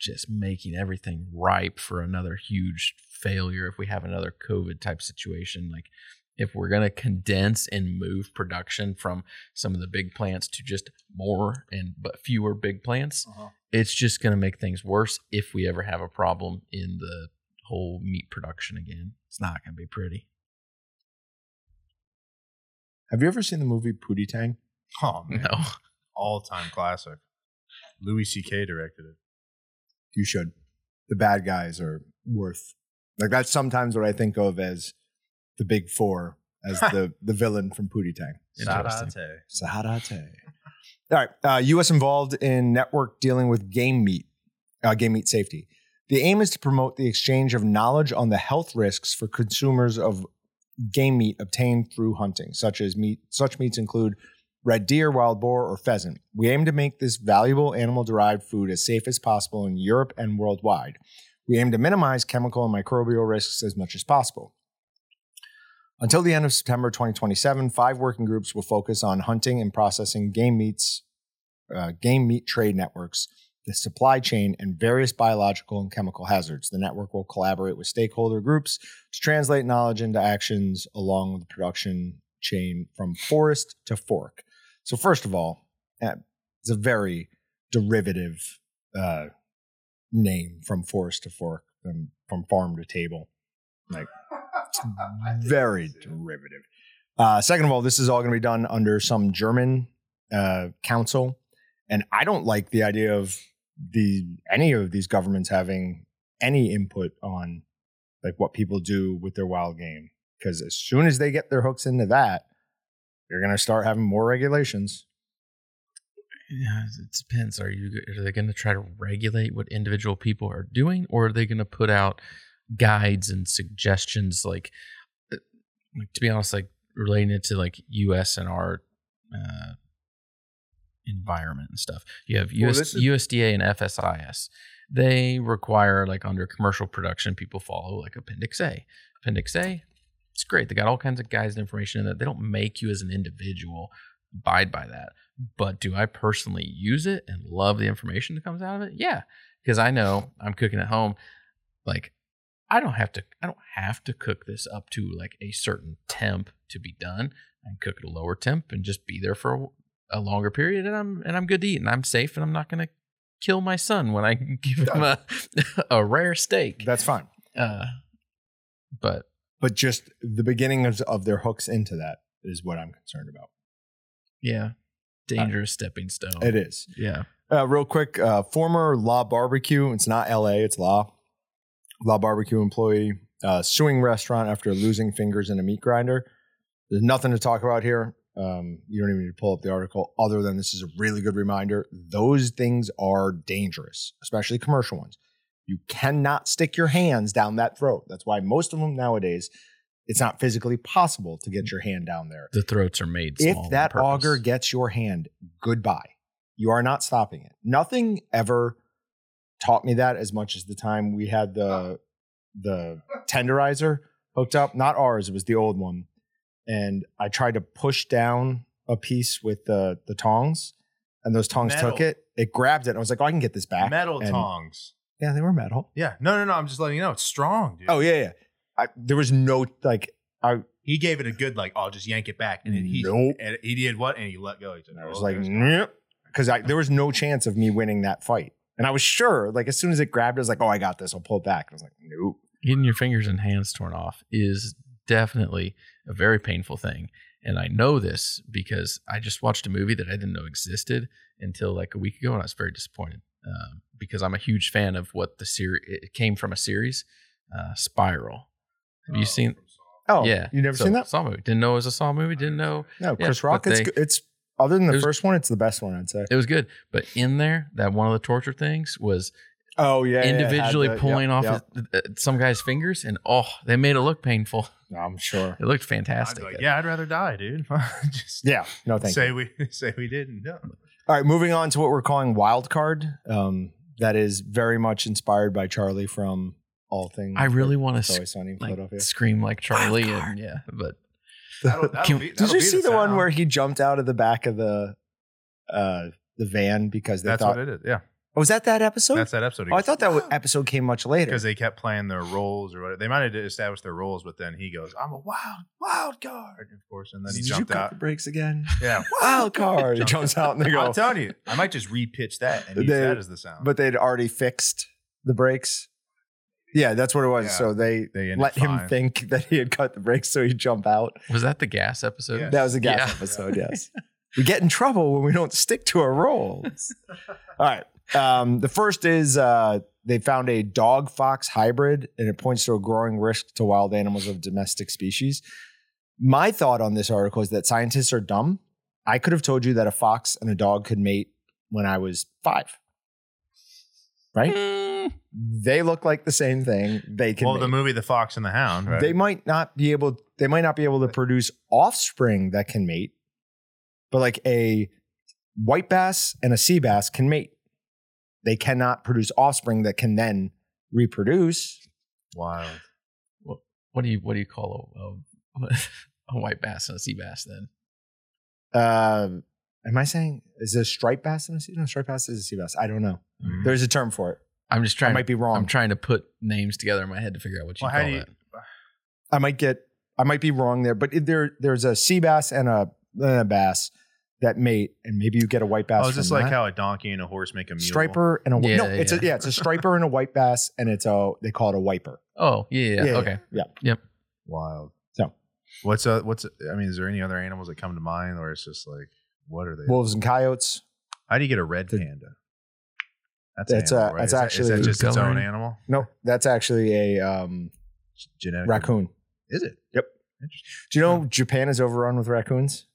just making everything ripe for another huge failure if we have another covid type situation like if we're going to condense and move production from some of the big plants to just more and but fewer big plants Uh-huh. it's just going to make things worse if we ever have a problem in the whole meat production again it's not going to be pretty Have you ever seen the movie Pootie Tang? oh man, no all time classic. Louis C.K. directed it. You should. The bad guys are worth like that's sometimes what I think of as the big four as the the villain from Pootie Tang. Interesting. Sarate. Saharate. All right. Uh, U.S. involved in network dealing with game meat, uh, game meat safety. The aim is to promote the exchange of knowledge on the health risks for consumers of game meat obtained through hunting, such as meat. Such meats include red deer, wild boar, or pheasant. We aim to make this valuable animal-derived food as safe as possible in Europe and worldwide. We aim to minimize chemical and microbial risks as much as possible. Until the end of September 2027, five working groups will focus on hunting and processing game meats, uh, game meat trade networks, the supply chain, and various biological and chemical hazards. The network will collaborate with stakeholder groups to translate knowledge into actions along the production chain from forest to fork. So, first of all, uh, it's a very derivative uh, name from forest to fork, from, from farm to table Mm-hmm. very derivative. Uh, second of all, this is all going to be done under some German uh, council, and I don't like the idea of the any of these governments having any input on like what people do with their wild game because as soon as they get their hooks into that, you're going to start having more regulations. Yeah, it depends. Are you are they going to try to regulate what individual people are doing, or are they going to put out guides and suggestions? Like, uh, like to be honest, like relating it to like U.S. and our uh, environment and stuff. You have Well, US, this is- USDA and FSIS. They require like under commercial production, people follow like Appendix A. Appendix A, it's great. They got all kinds of guides and information in that. They don't make you as an individual abide by that but do I personally use it and love the information that comes out of it? Yeah, because I know I'm cooking at home. Like I don't have to I don't have to cook this up to like a certain temp to be done. I can cook at a lower temp and just be there for a, a longer period and I'm and I'm good to eat and I'm safe and I'm not going to kill my son when I give him a a rare steak. That's fine, Uh but but just the beginning of, of their hooks into that is what I'm concerned about. yeah, dangerous stepping stone. Uh, It is. yeah. Uh, real quick, uh, former Law Barbecue, it's not LA, it's Law. Law Barbecue employee uh, suing restaurant after losing fingers in a meat grinder. There's nothing to talk about here. Um, you don't even need to pull up the article, other than this is a really good reminder. Those things are dangerous, especially commercial ones. You cannot stick your hands down that throat. That's why most of them nowadays, it's not physically possible to get your hand down there. The throats are made small. If on that purpose. auger gets your hand, goodbye. You are not stopping it. Nothing ever taught me that as much as the time we had the the tenderizer hooked up. Not ours, it was the old one. And I tried to push down a piece with the the tongs, and those tongs took Metal. it. It grabbed it. And I was like, oh, I can get this back. Metal And- tongs. Yeah, they were metal. Yeah. No, no, no. I'm just letting you know. It's strong, dude. Oh yeah, yeah. I, there was no like He gave it a good like, I'll just yank it back. And then he Nope. and he did what? And he let go. He said, And I was "Oh, like, there's- because there was no chance of me winning that fight. And I was sure, like, as soon as it grabbed, I was like, oh, I got this. I'll pull it back. I was like, nope. getting your fingers and hands torn off is definitely a very painful thing. And I know this because I just watched a movie that I didn't know existed until like a week ago, and I was very disappointed um, because I'm a huge fan of what the series. It came from a series, uh, Spiral. Have Oh, you seen? Oh, yeah, yeah. You never So, seen that? Saw movie. Didn't know it was a Saw movie. Didn't know No, yeah, Chris Rock. but It's, they- good- it's other than the it was- first one, it's the best one, I'd say. it was good. But in there, that one of the torture things was Oh yeah, yeah, it had individually the- pulling yep, off yep. his- uh, some guy's fingers, and oh, they made it look painful. I'm sure. It looked I'd fantastic. be like, yeah, I'd rather die, dude. Just Yeah, no thank say you. we say we didn't. No. All right, moving on to what we're calling wild card. Um, that is very much inspired by Charlie from All Things. I really want It's to always sunny in like, Philadelphia. scream like Charlie, and yeah, but That'll- that'll Can- be- Did that'll you be see the, one sound. where he jumped out of the back of the uh the van because they that's thought what it is? Yeah, Oh, was that that episode? that's that episode. oh, I thought that w- episode came much later. because they kept playing their roles or whatever. They might have established their roles, but then he goes, "I'm a wild wild card," of course, and then he Did you jumped cut out. the brakes again? Yeah, Wild card. He Jumped jumps out and they I'm go. telling you, I might just repitch that and use They- that as the sound. But they'd already fixed the brakes. Yeah, that's what it was. Yeah. So they, They ended let him fine. think that he had cut the brakes, so he'd jump out. was that the gas episode? Yeah. That was a gas Yeah. episode. Yes, we get in trouble when we don't stick to our roles. All right. Um, the first is uh, they found a dog fox hybrid, and it points to a growing risk to wild animals of domestic species. My thought on this article is that scientists are dumb. I could have told you that a fox and a dog could mate when I was five. Right? Mm, They look like the same thing. They can. well, mate. the movie The Fox and the Hound, right? They might not be able. They might not be able to produce offspring that can mate, but like a white bass and a sea bass can mate. They cannot produce offspring that can then reproduce. wild. what do you what do you call a, a, a white bass and a sea bass? Then Uh, am I saying is it a striped bass and a sea? No, striped bass is a sea bass. I don't know. Mm. There's a term for it. I'm I just Mm-hmm. trying. might be wrong. I'm trying to put names together in my head to figure out what you Well, how call do you- it. I might get. I might be wrong there, but it- there there's a sea bass and a, and a bass that mate, and maybe you get a white bass. Oh, it's just from like that. how a donkey and a horse make a mule. striper and a Yeah, no. It's a, yeah. yeah, it's a striper and a white bass, and it's a they call it a wiper. Oh yeah, yeah, Yeah, yeah. okay. Wild. So. what's a what's? A, I mean, is there any other animals that come to mind, or it's just like, what are they? Wolves and coyotes. how do you get a red The- panda? That's That's an a- animal, right? that's Is that, actually- is that just its own Coloring. animal? No, that's actually a um, Genetic raccoon. Is it? Yep. Interesting. Do you know Japan is overrun with raccoons?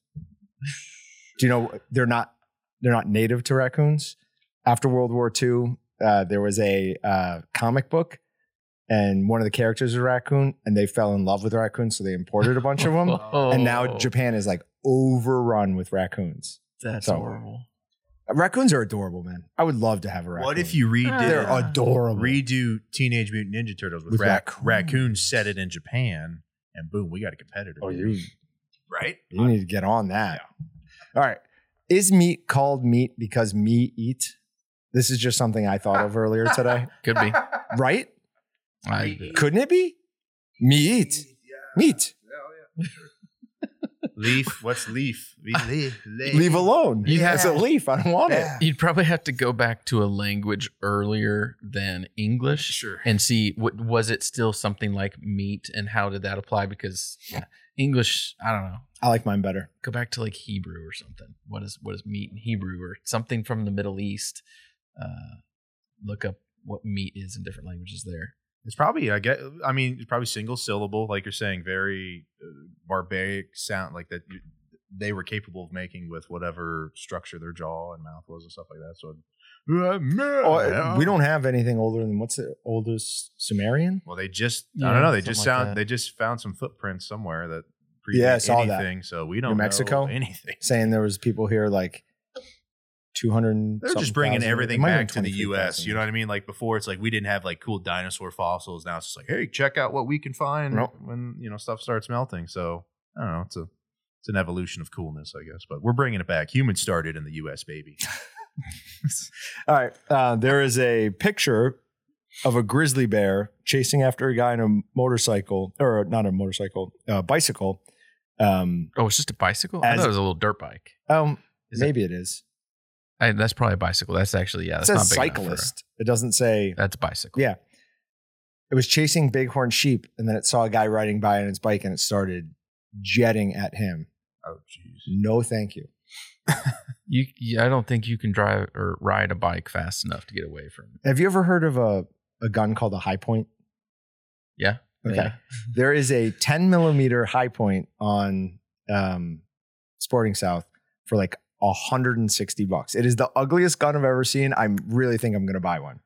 Do you know they're not they're not native to raccoons? After World War II, uh, there was a uh, comic book, and one of the characters was a raccoon, and they fell in love with raccoons, so they imported a bunch of them, Oh, and now Japan is like overrun with raccoons. That's so- horrible. Raccoons are adorable, man. I would love to have a raccoon. What if you redid They're Yeah. adorable. redo Teenage Mutant Ninja Turtles with, With rac- raccoons. raccoons set it in Japan, and boom, we got a competitor. Oh, you right? you need to get on that. All right. Is meat called meat because me eat? This is just something I thought of earlier today. Could be. Right? I, Couldn't it be? Me eat. Meat. leaf. What's leaf? We leaf. leaf. Leave alone. You It's a have- leaf. I don't want it. Yeah. you'd probably have to go back to a language earlier than English. Sure. and see what was it still something like meat and how did that apply because yeah, english i don't know I like mine better. go back to like hebrew or something what is what is meat in hebrew or something from the middle east uh look up what meat is in different languages there It's probably I get. I mean, it's probably single syllable, like you're saying, very uh, barbaric sound, like that. you- They were capable of making with whatever structure their jaw and mouth was and stuff like that. So, Oh, we don't have anything older than what's the oldest Sumerian? Well, they just I Yeah, don't know. They something just like sound that. they just found some footprints somewhere that Yeah, I predate saw that. anything. So we don't know Mexico? anything. Saying there was people here like 200 and They're just something bringing thousand. It everything might have back to been the U.S. 23,000. You know what I mean? Like before, it's like we didn't have like cool dinosaur fossils. Now it's just like, hey, check out what we can find Nope. when you know stuff starts melting. So I don't know. It's a it's an evolution of coolness, I guess. But we're bringing it back. Humans started in the U.S. Baby. All right. Uh, there is a picture of a grizzly bear chasing after a guy in a motorcycle, or not a motorcycle, a bicycle. Um, oh it's just a bicycle i As- thought it was a little dirt bike um, Is maybe it is. I, that's probably a bicycle that's actually yeah It that's not says big enough for- cyclist. It doesn't say that's bicycle Yeah. it was chasing bighorn sheep, and then it saw a guy riding by on his bike, and it started jetting at him. oh, jeez. No, thank you. you yeah, i don't think you can drive or ride a bike fast enough to get away from Have you ever heard of a a gun called a high point? yeah Okay. Yeah. there is a 10 millimeter high point on um, Sporting South for like 160 bucks. It is the ugliest gun I've ever seen. I really think I'm going to buy one.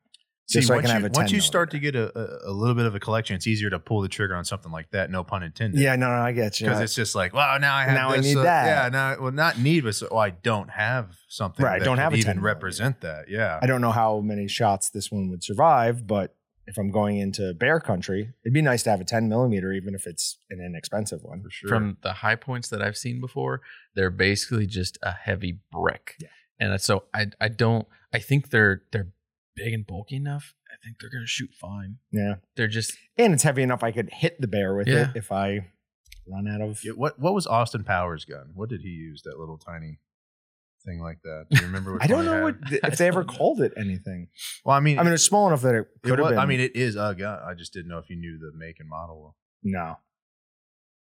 See, Just so I once can you, have a once 10 you start to millimeter. get a, a, a little bit of a collection, it's easier to pull the trigger on something like that. No pun intended. Yeah, no, no, I get you. because it's just like, wow, now I have Now I this, need uh, that. Yeah, now well, not need, but so, oh, I don't have something. Right, that don't could have a 10 even millimeter. represent that. Yeah, I don't know how many shots this one would survive, but if I'm going into bear country, it'd be nice to have a 10 millimeter, even if it's an inexpensive one. for sure. From the high points that I've seen before, they're basically just a heavy brick. Yeah. And so I I don't I think they're they're big and bulky enough. I think they're gonna shoot fine. Yeah. They're just And it's heavy enough I could hit the bear with Yeah. it if I run out of. Yeah, what what was Austin Powers' gun? What did he use? That little tiny thing like that. Do you remember? What I don't know what if they I ever don't know. called it anything. Well, I mean, I mean, it's small enough that it it could have was, been. I mean, it is a gun. I just didn't know if you knew the make and model. no.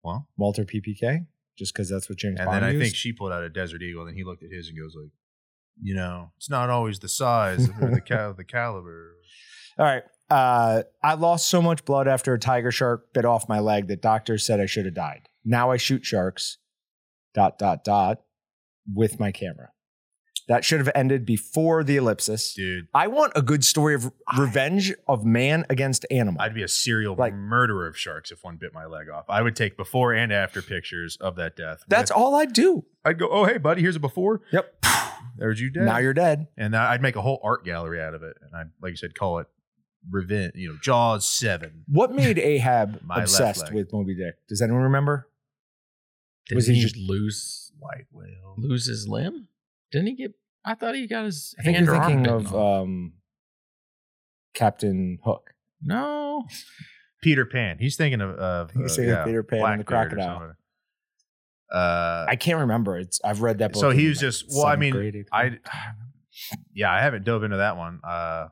Well, Walter PPK, just because that's what James and Bond then I used. think she pulled out a Desert Eagle, and then he looked at his and goes like, you know, it's not always the size or the cal- the caliber. All right. Uh, I lost so much blood after a tiger shark bit off my leg that doctors said I should have died. Now I shoot sharks, dot, dot, dot, with my camera. That should have ended before the ellipsis. Dude, I want a good story of revenge of man against animal. I'd be a serial Like- murderer of sharks if one bit my leg off. I would take before and after pictures of that death. That's all I'd do. I'd go, oh hey buddy, here's a before. Yep. There's you dead. Now you're dead. and I- I'd make a whole art gallery out of it. And I, would like you said, call it revenge. You know, Jaws Seven. What made Ahab My left obsessed leg. with Moby Dick? Does anyone remember? did Was he, he just lose White whale. lose his limb? Didn't he get I thought he got his I think hand you're or arm thinking bitten of off. um, Captain Hook. No. Peter Pan. He's thinking of. of He's uh, thinking of Peter Pan and the Blackbeard or crocodile. something. Uh, I can't remember. It's I've read that book. So he in, was like, just- well, I seventh mean, grade, eighth I. Yeah, I haven't dove into that one. Uh,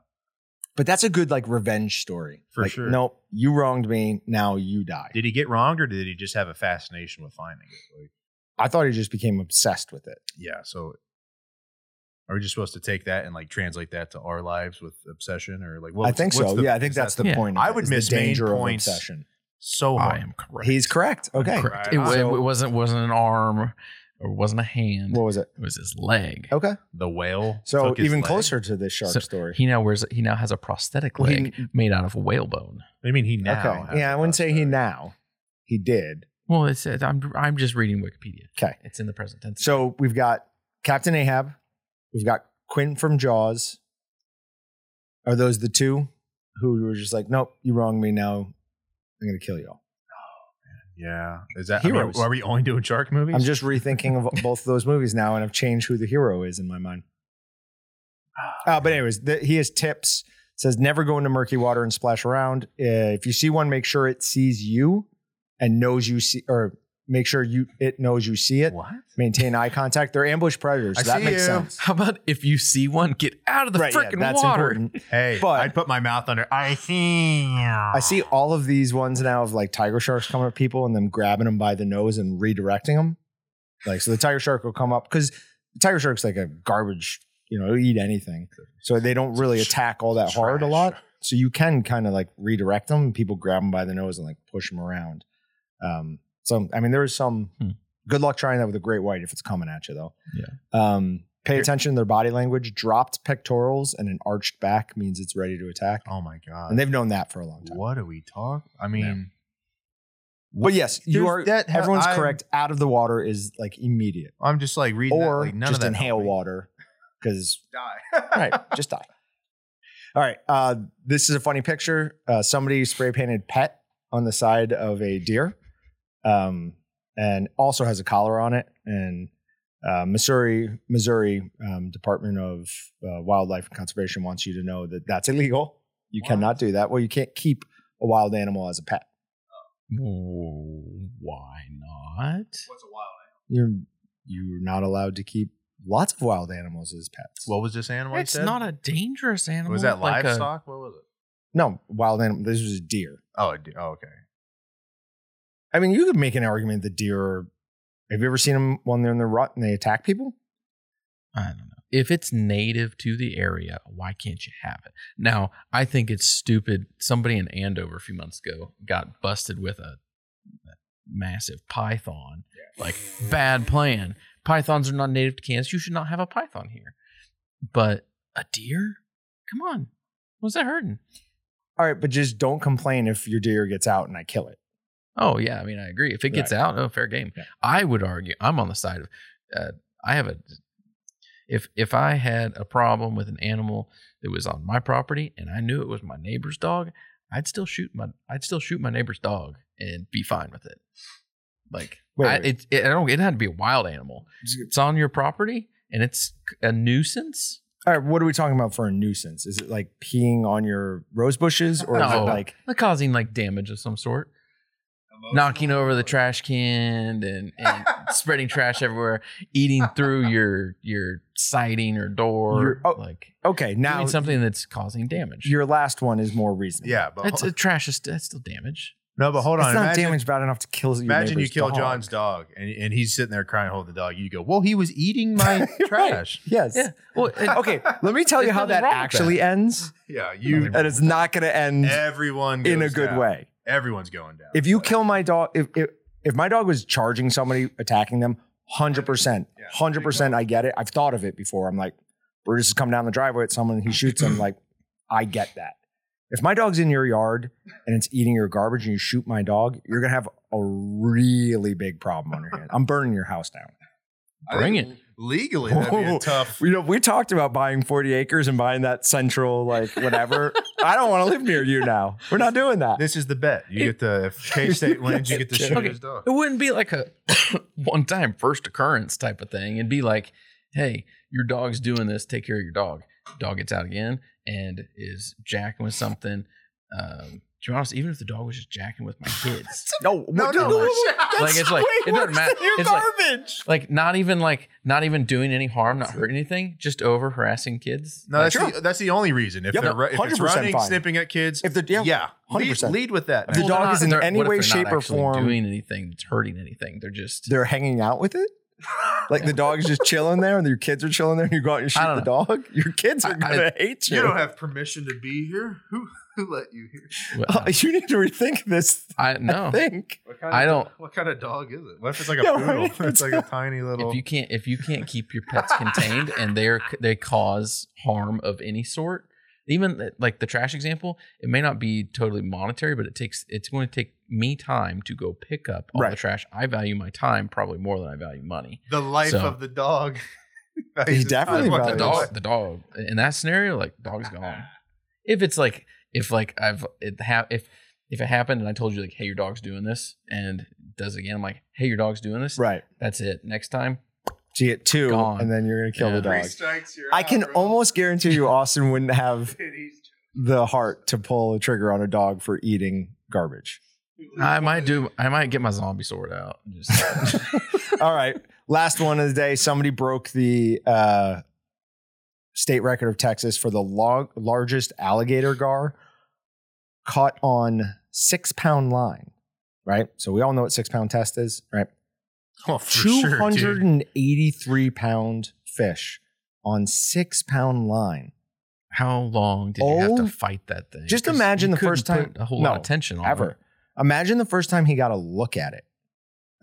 But that's a good like revenge story. For Like, sure. Nope, you wronged me. Now you die. did he get wronged, or did he just have a fascination with finding it? Like, I thought he just became obsessed with it. yeah. So, are we just supposed to take that and like translate that to our lives with obsession, or like? What's, I think what's so. the- yeah, I think is that's that the Yeah. point. of I it, would is the miss main danger of points. obsession. so I hard. am correct. Oh, He's correct. Okay. Correct. It, wa- So- it wasn't wasn't an arm or wasn't a hand. What was it? it was his leg. Okay. the whale. So took his even leg? closer to this shark So story. He now wears he now has a prosthetic Well, he- leg made out of whalebone. What do you mean he now? okay. has Yeah, I a wouldn't say he prosthetic? now. He did. Well, it's it, I'm I'm just reading Wikipedia. 'Kay. it's in the present tense. So we've got Captain Ahab. We've got Quinn from Jaws. Are those the two who were just like, nope, you wronged me. Now I'm gonna kill you all. Yeah. Is that I mean, Heroes. are we only doing shark movies? I'm just rethinking of both of those movies now, and I've changed who the hero is in my mind. Ah. Uh, but anyways, the, he has tips. Says never go into murky water and splash around. Uh, if you see one, make sure it sees you and knows you see, or make sure you it knows you see it. what? Maintain eye contact. They're ambush predators. I So that see makes you. sense. how about if you see one, get out of the Right, yeah, freaking that's water. important. Hey, But- I'd put my mouth under. I see. I see all of these ones now of like tiger sharks coming at people and them grabbing them by the nose and redirecting them. Like, so the tiger shark will come up because the tiger shark's like a garbage, you know, it'll eat anything. So they don't really attack all that hard a lot. So you can kind of like redirect them. People grab them by the nose and like push them around. Um, so, I mean, there is some Hmm. good luck trying that with a great white if it's coming at you though. Yeah. Um, pay attention to their body language. Dropped pectorals and an arched back means it's ready to attack. Oh my god. And they've known that for a long time. what are we talking? I mean, But yes, you There's are. that- everyone's I'm- correct. Out of the water is like immediate, I'm just like reading that, or like, none just of that inhale helped me. water because Die. right, just die. All right, uh, this is a funny picture. Uh, somebody spray painted pet on the side of a deer, um, and also has a collar on it. And uh, Missouri, Missouri um, Department of uh, Wildlife and Conservation wants you to know that that's illegal. You What? cannot do that. Well, you can't keep a wild animal as a pet. Whoa, Why not? What's a wild you're you're not allowed to keep lots of wild animals as pets. What was this animal? you It's said? not a dangerous animal. Was that like a- livestock? what was it? no, wild animal. This was a deer. Oh, a de- oh, okay. I mean, you could make an argument that deer. Are, have you ever seen them when they're in the rut and they attack people? I don't know. If it's native to the area, why can't you have it? Now, I think it's stupid. Somebody in Andover a few months ago got busted with a massive python. Like, bad plan. Pythons are not native to Kansas. You should not have a python here. But a deer? Come on. What's that hurting? All right, but just don't complain if your deer gets out and I kill it. Oh yeah, I mean I agree. If it gets Right. out, oh fair game. Yeah. I would argue I'm on the side of uh, I have a if if I had a problem with an animal that was on my property and I knew it was my neighbor's dog, I'd still shoot my I'd still shoot my neighbor's dog and be fine with it. Like Wait, I, wait. it, it I don't it had to be a wild animal. It's on your property and it's a nuisance. All right, what are we talking about for a nuisance? Is it like peeing on your rose bushes or is it No. like Like causing like damage of some sort. knocking over the trash can and, and spreading trash everywhere, eating through your your siding or door, Your- oh, like okay, now now something that's causing damage. your Oh. last one is more reasonable. Yeah, but That's uh, trash is that's still damage. no, but hold it's on. not Imagine, damaged bad enough to kill your imagine you neighbor's kill dog. John's dog, and, and he's sitting there crying, holding the dog. You go, well, he was eating my trash. Yes. Yeah. Well, it- Okay, let me tell you There's how nothing that wrong with actually ends, Yeah, you. and it's not going to end Everyone in a goes good down. way. Everyone's going down. If you But- kill my dog, if if, if my dog was charging somebody, attacking them, hundred percent, Yeah. hundred percent, I get it. I've thought of it before. I'm like, Brutus is coming down the driveway at someone, he shoots him. like, I get that. If my dog's in your yard and it's eating your garbage and you shoot my dog, you're gonna have a really big problem on your hands. I'm burning your house down. I Bring think Legally, that'd be Whoa. a tough. You know, we talked about buying 40 acres and buying that central, like whatever. I don't want to live near you now. We're not doing that. This is the bet. You get the if K State wins, you get to shoot Okay. his dog. it wouldn't be like a one time first occurrence type of thing. It'd be like, hey, your dog's doing this. Take care of your dog. Dog gets out again and is jacking with something. Um, to be honest, even if the dog was just jacking with my kids, No, No, what- no, like it's like it doesn't matter. It's like garbage. like not even like not even doing any harm, not hurting anything, just over harassing kids. No, Like, that's, the, that's the only reason. If Yep. they're ru- if it's 100% running, fine. snipping at kids, If the- yeah, yeah, lead, 100%. lead with that. The man. they're dog not- is in they're- any what if way, they're not shape, or actually form- doing anything that's hurting anything. They're just They're hanging out with it. Like the dog's just chilling there, and your kids are chilling there, and you go out and shoot I the dog. Your kids are I- gonna hate you. You don't have permission to be here. Who who let you here? Well, Uh, you need to rethink this. I no. I think What kind I of, don't- What kind of dog is it? What if it's like a Yeah, poodle? right. It's like a tiny little. If you can't if you can't keep your pets contained and they're they cause harm of any sort, even like the trash example, it may not be totally monetary, but it takes it's going to take me time to go pick up all the Right. trash. I value my time probably more than I value money. the life So- of the dog. He definitely I want the values dog. The dog in that scenario, like dog's gone. If it's like if like I've it ha- if if it happened and I told you like hey your dog's doing this and it does it again I'm like hey your dog's doing this right. that's it next time So you get two, Gone. and then you're gonna kill Yeah. the dog. strikes. I can almost guarantee you, Austin wouldn't have the heart to pull a trigger on a dog for eating garbage. I might do I might get my zombie sword out and just All right. Last one of the day. Somebody broke the uh, state record of Texas for the log- largest alligator gar caught on six pound line, right? So we all know what six pound test is, right? Oh, for sure, dude. 283 pound fish on six pound line. how long did you have Oh. to fight that thing Just 'Cause imagine you the first couldn't time- put a whole no, lot of tension Uh-huh. on ever. it. Imagine the first time he got a look at it.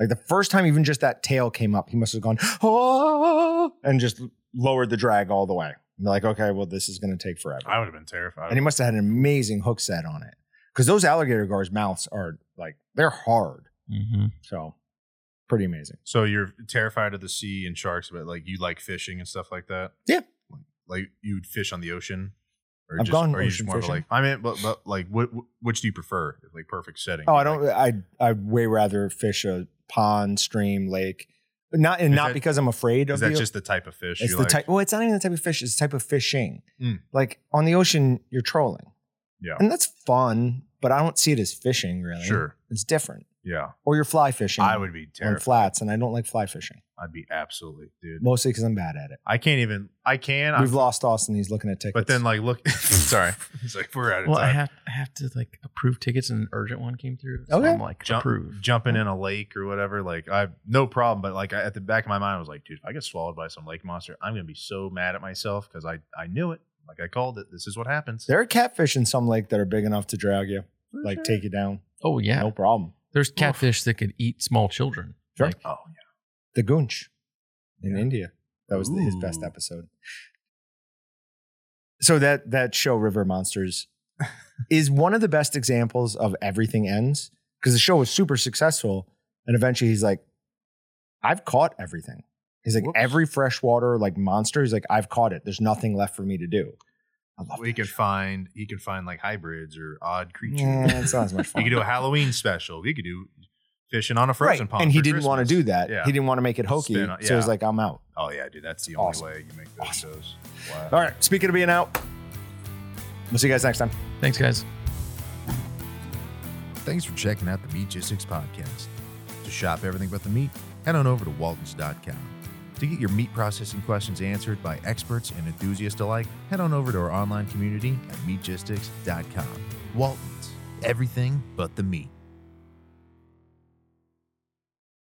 Like the first time, even just that tail came up, he must have gone, oh, and just lowered the drag all the way. And they're like, okay, well, this is going to take forever. I would have been terrified. and he must have had an amazing hook set on it because those alligator gars' mouths are like, they're hard. Mhm. So pretty amazing. So you're terrified of the sea and sharks, but like you like fishing and stuff like that. Yeah. like you'd fish on the ocean. Or I've gone or you just ocean more of a, fishing. like I mean, but, but like, what which do you prefer? Like perfect setting. Oh, I don't, I, I'd way rather fish a pond, stream, lake. Not, and Is not that- because I'm afraid of Is that the- just the type of fish? It's you the like? type. Well, it's not even the type of fish. It's the type of fishing. Mm. Like on the ocean, you're trolling. Yeah. and that's fun, but I don't see it as fishing. Really, Sure. it's different. Yeah, Or you're fly fishing. I would be on terrified. flats, and I don't like fly fishing I'd be absolutely, dude. mostly because I'm bad at it. I can't even. I can. We've I, lost Austin. He's looking at tickets. but then like look. sorry, it's like we're out of Well, I time. have I have to like approve tickets and an urgent one came through. So Okay. I'm like Jump, approve. jumping in a lake or whatever, like I have no problem. But like I, at the back of my mind, I was like, dude, if I get swallowed by some lake monster, I'm gonna be so mad at myself because I I knew it. Like I called it. This is what happens. there are catfish in some lake that are big enough to drag you, like take you down. Oh yeah. No problem. There's catfish that could eat small children. Sure. Like, Oh, The goonch in Yeah. India. That was his best Ooh. episode. so that that show River Monsters is one of the best examples of everything ends because the show was super successful and eventually he's like I've caught everything. He's like Whoops. every freshwater like monster he's like I've caught it. There's nothing left for me to do. I love We that could show. find he could find like hybrids or odd creatures. Yeah, it's not as much We fun. could do a Halloween special. We could do fishing on a Right, frozen pond. and he for didn't want to Christmas. do that. Yeah. He didn't want to make it hokey. Spin on- So he's yeah. like I'm out. Oh yeah, dude, that's the only Awesome. way you make those Awesome. shows. Wow. All right, speaking of being out, we'll see you guys next time. Thanks, guys. Thanks for checking out the Meat Gistics podcast. To shop everything but the meat, head on over to waltons.com. To get your meat processing questions answered by experts and enthusiasts alike, head on over to our online community at meatgistics.com. Waltons, everything but the meat.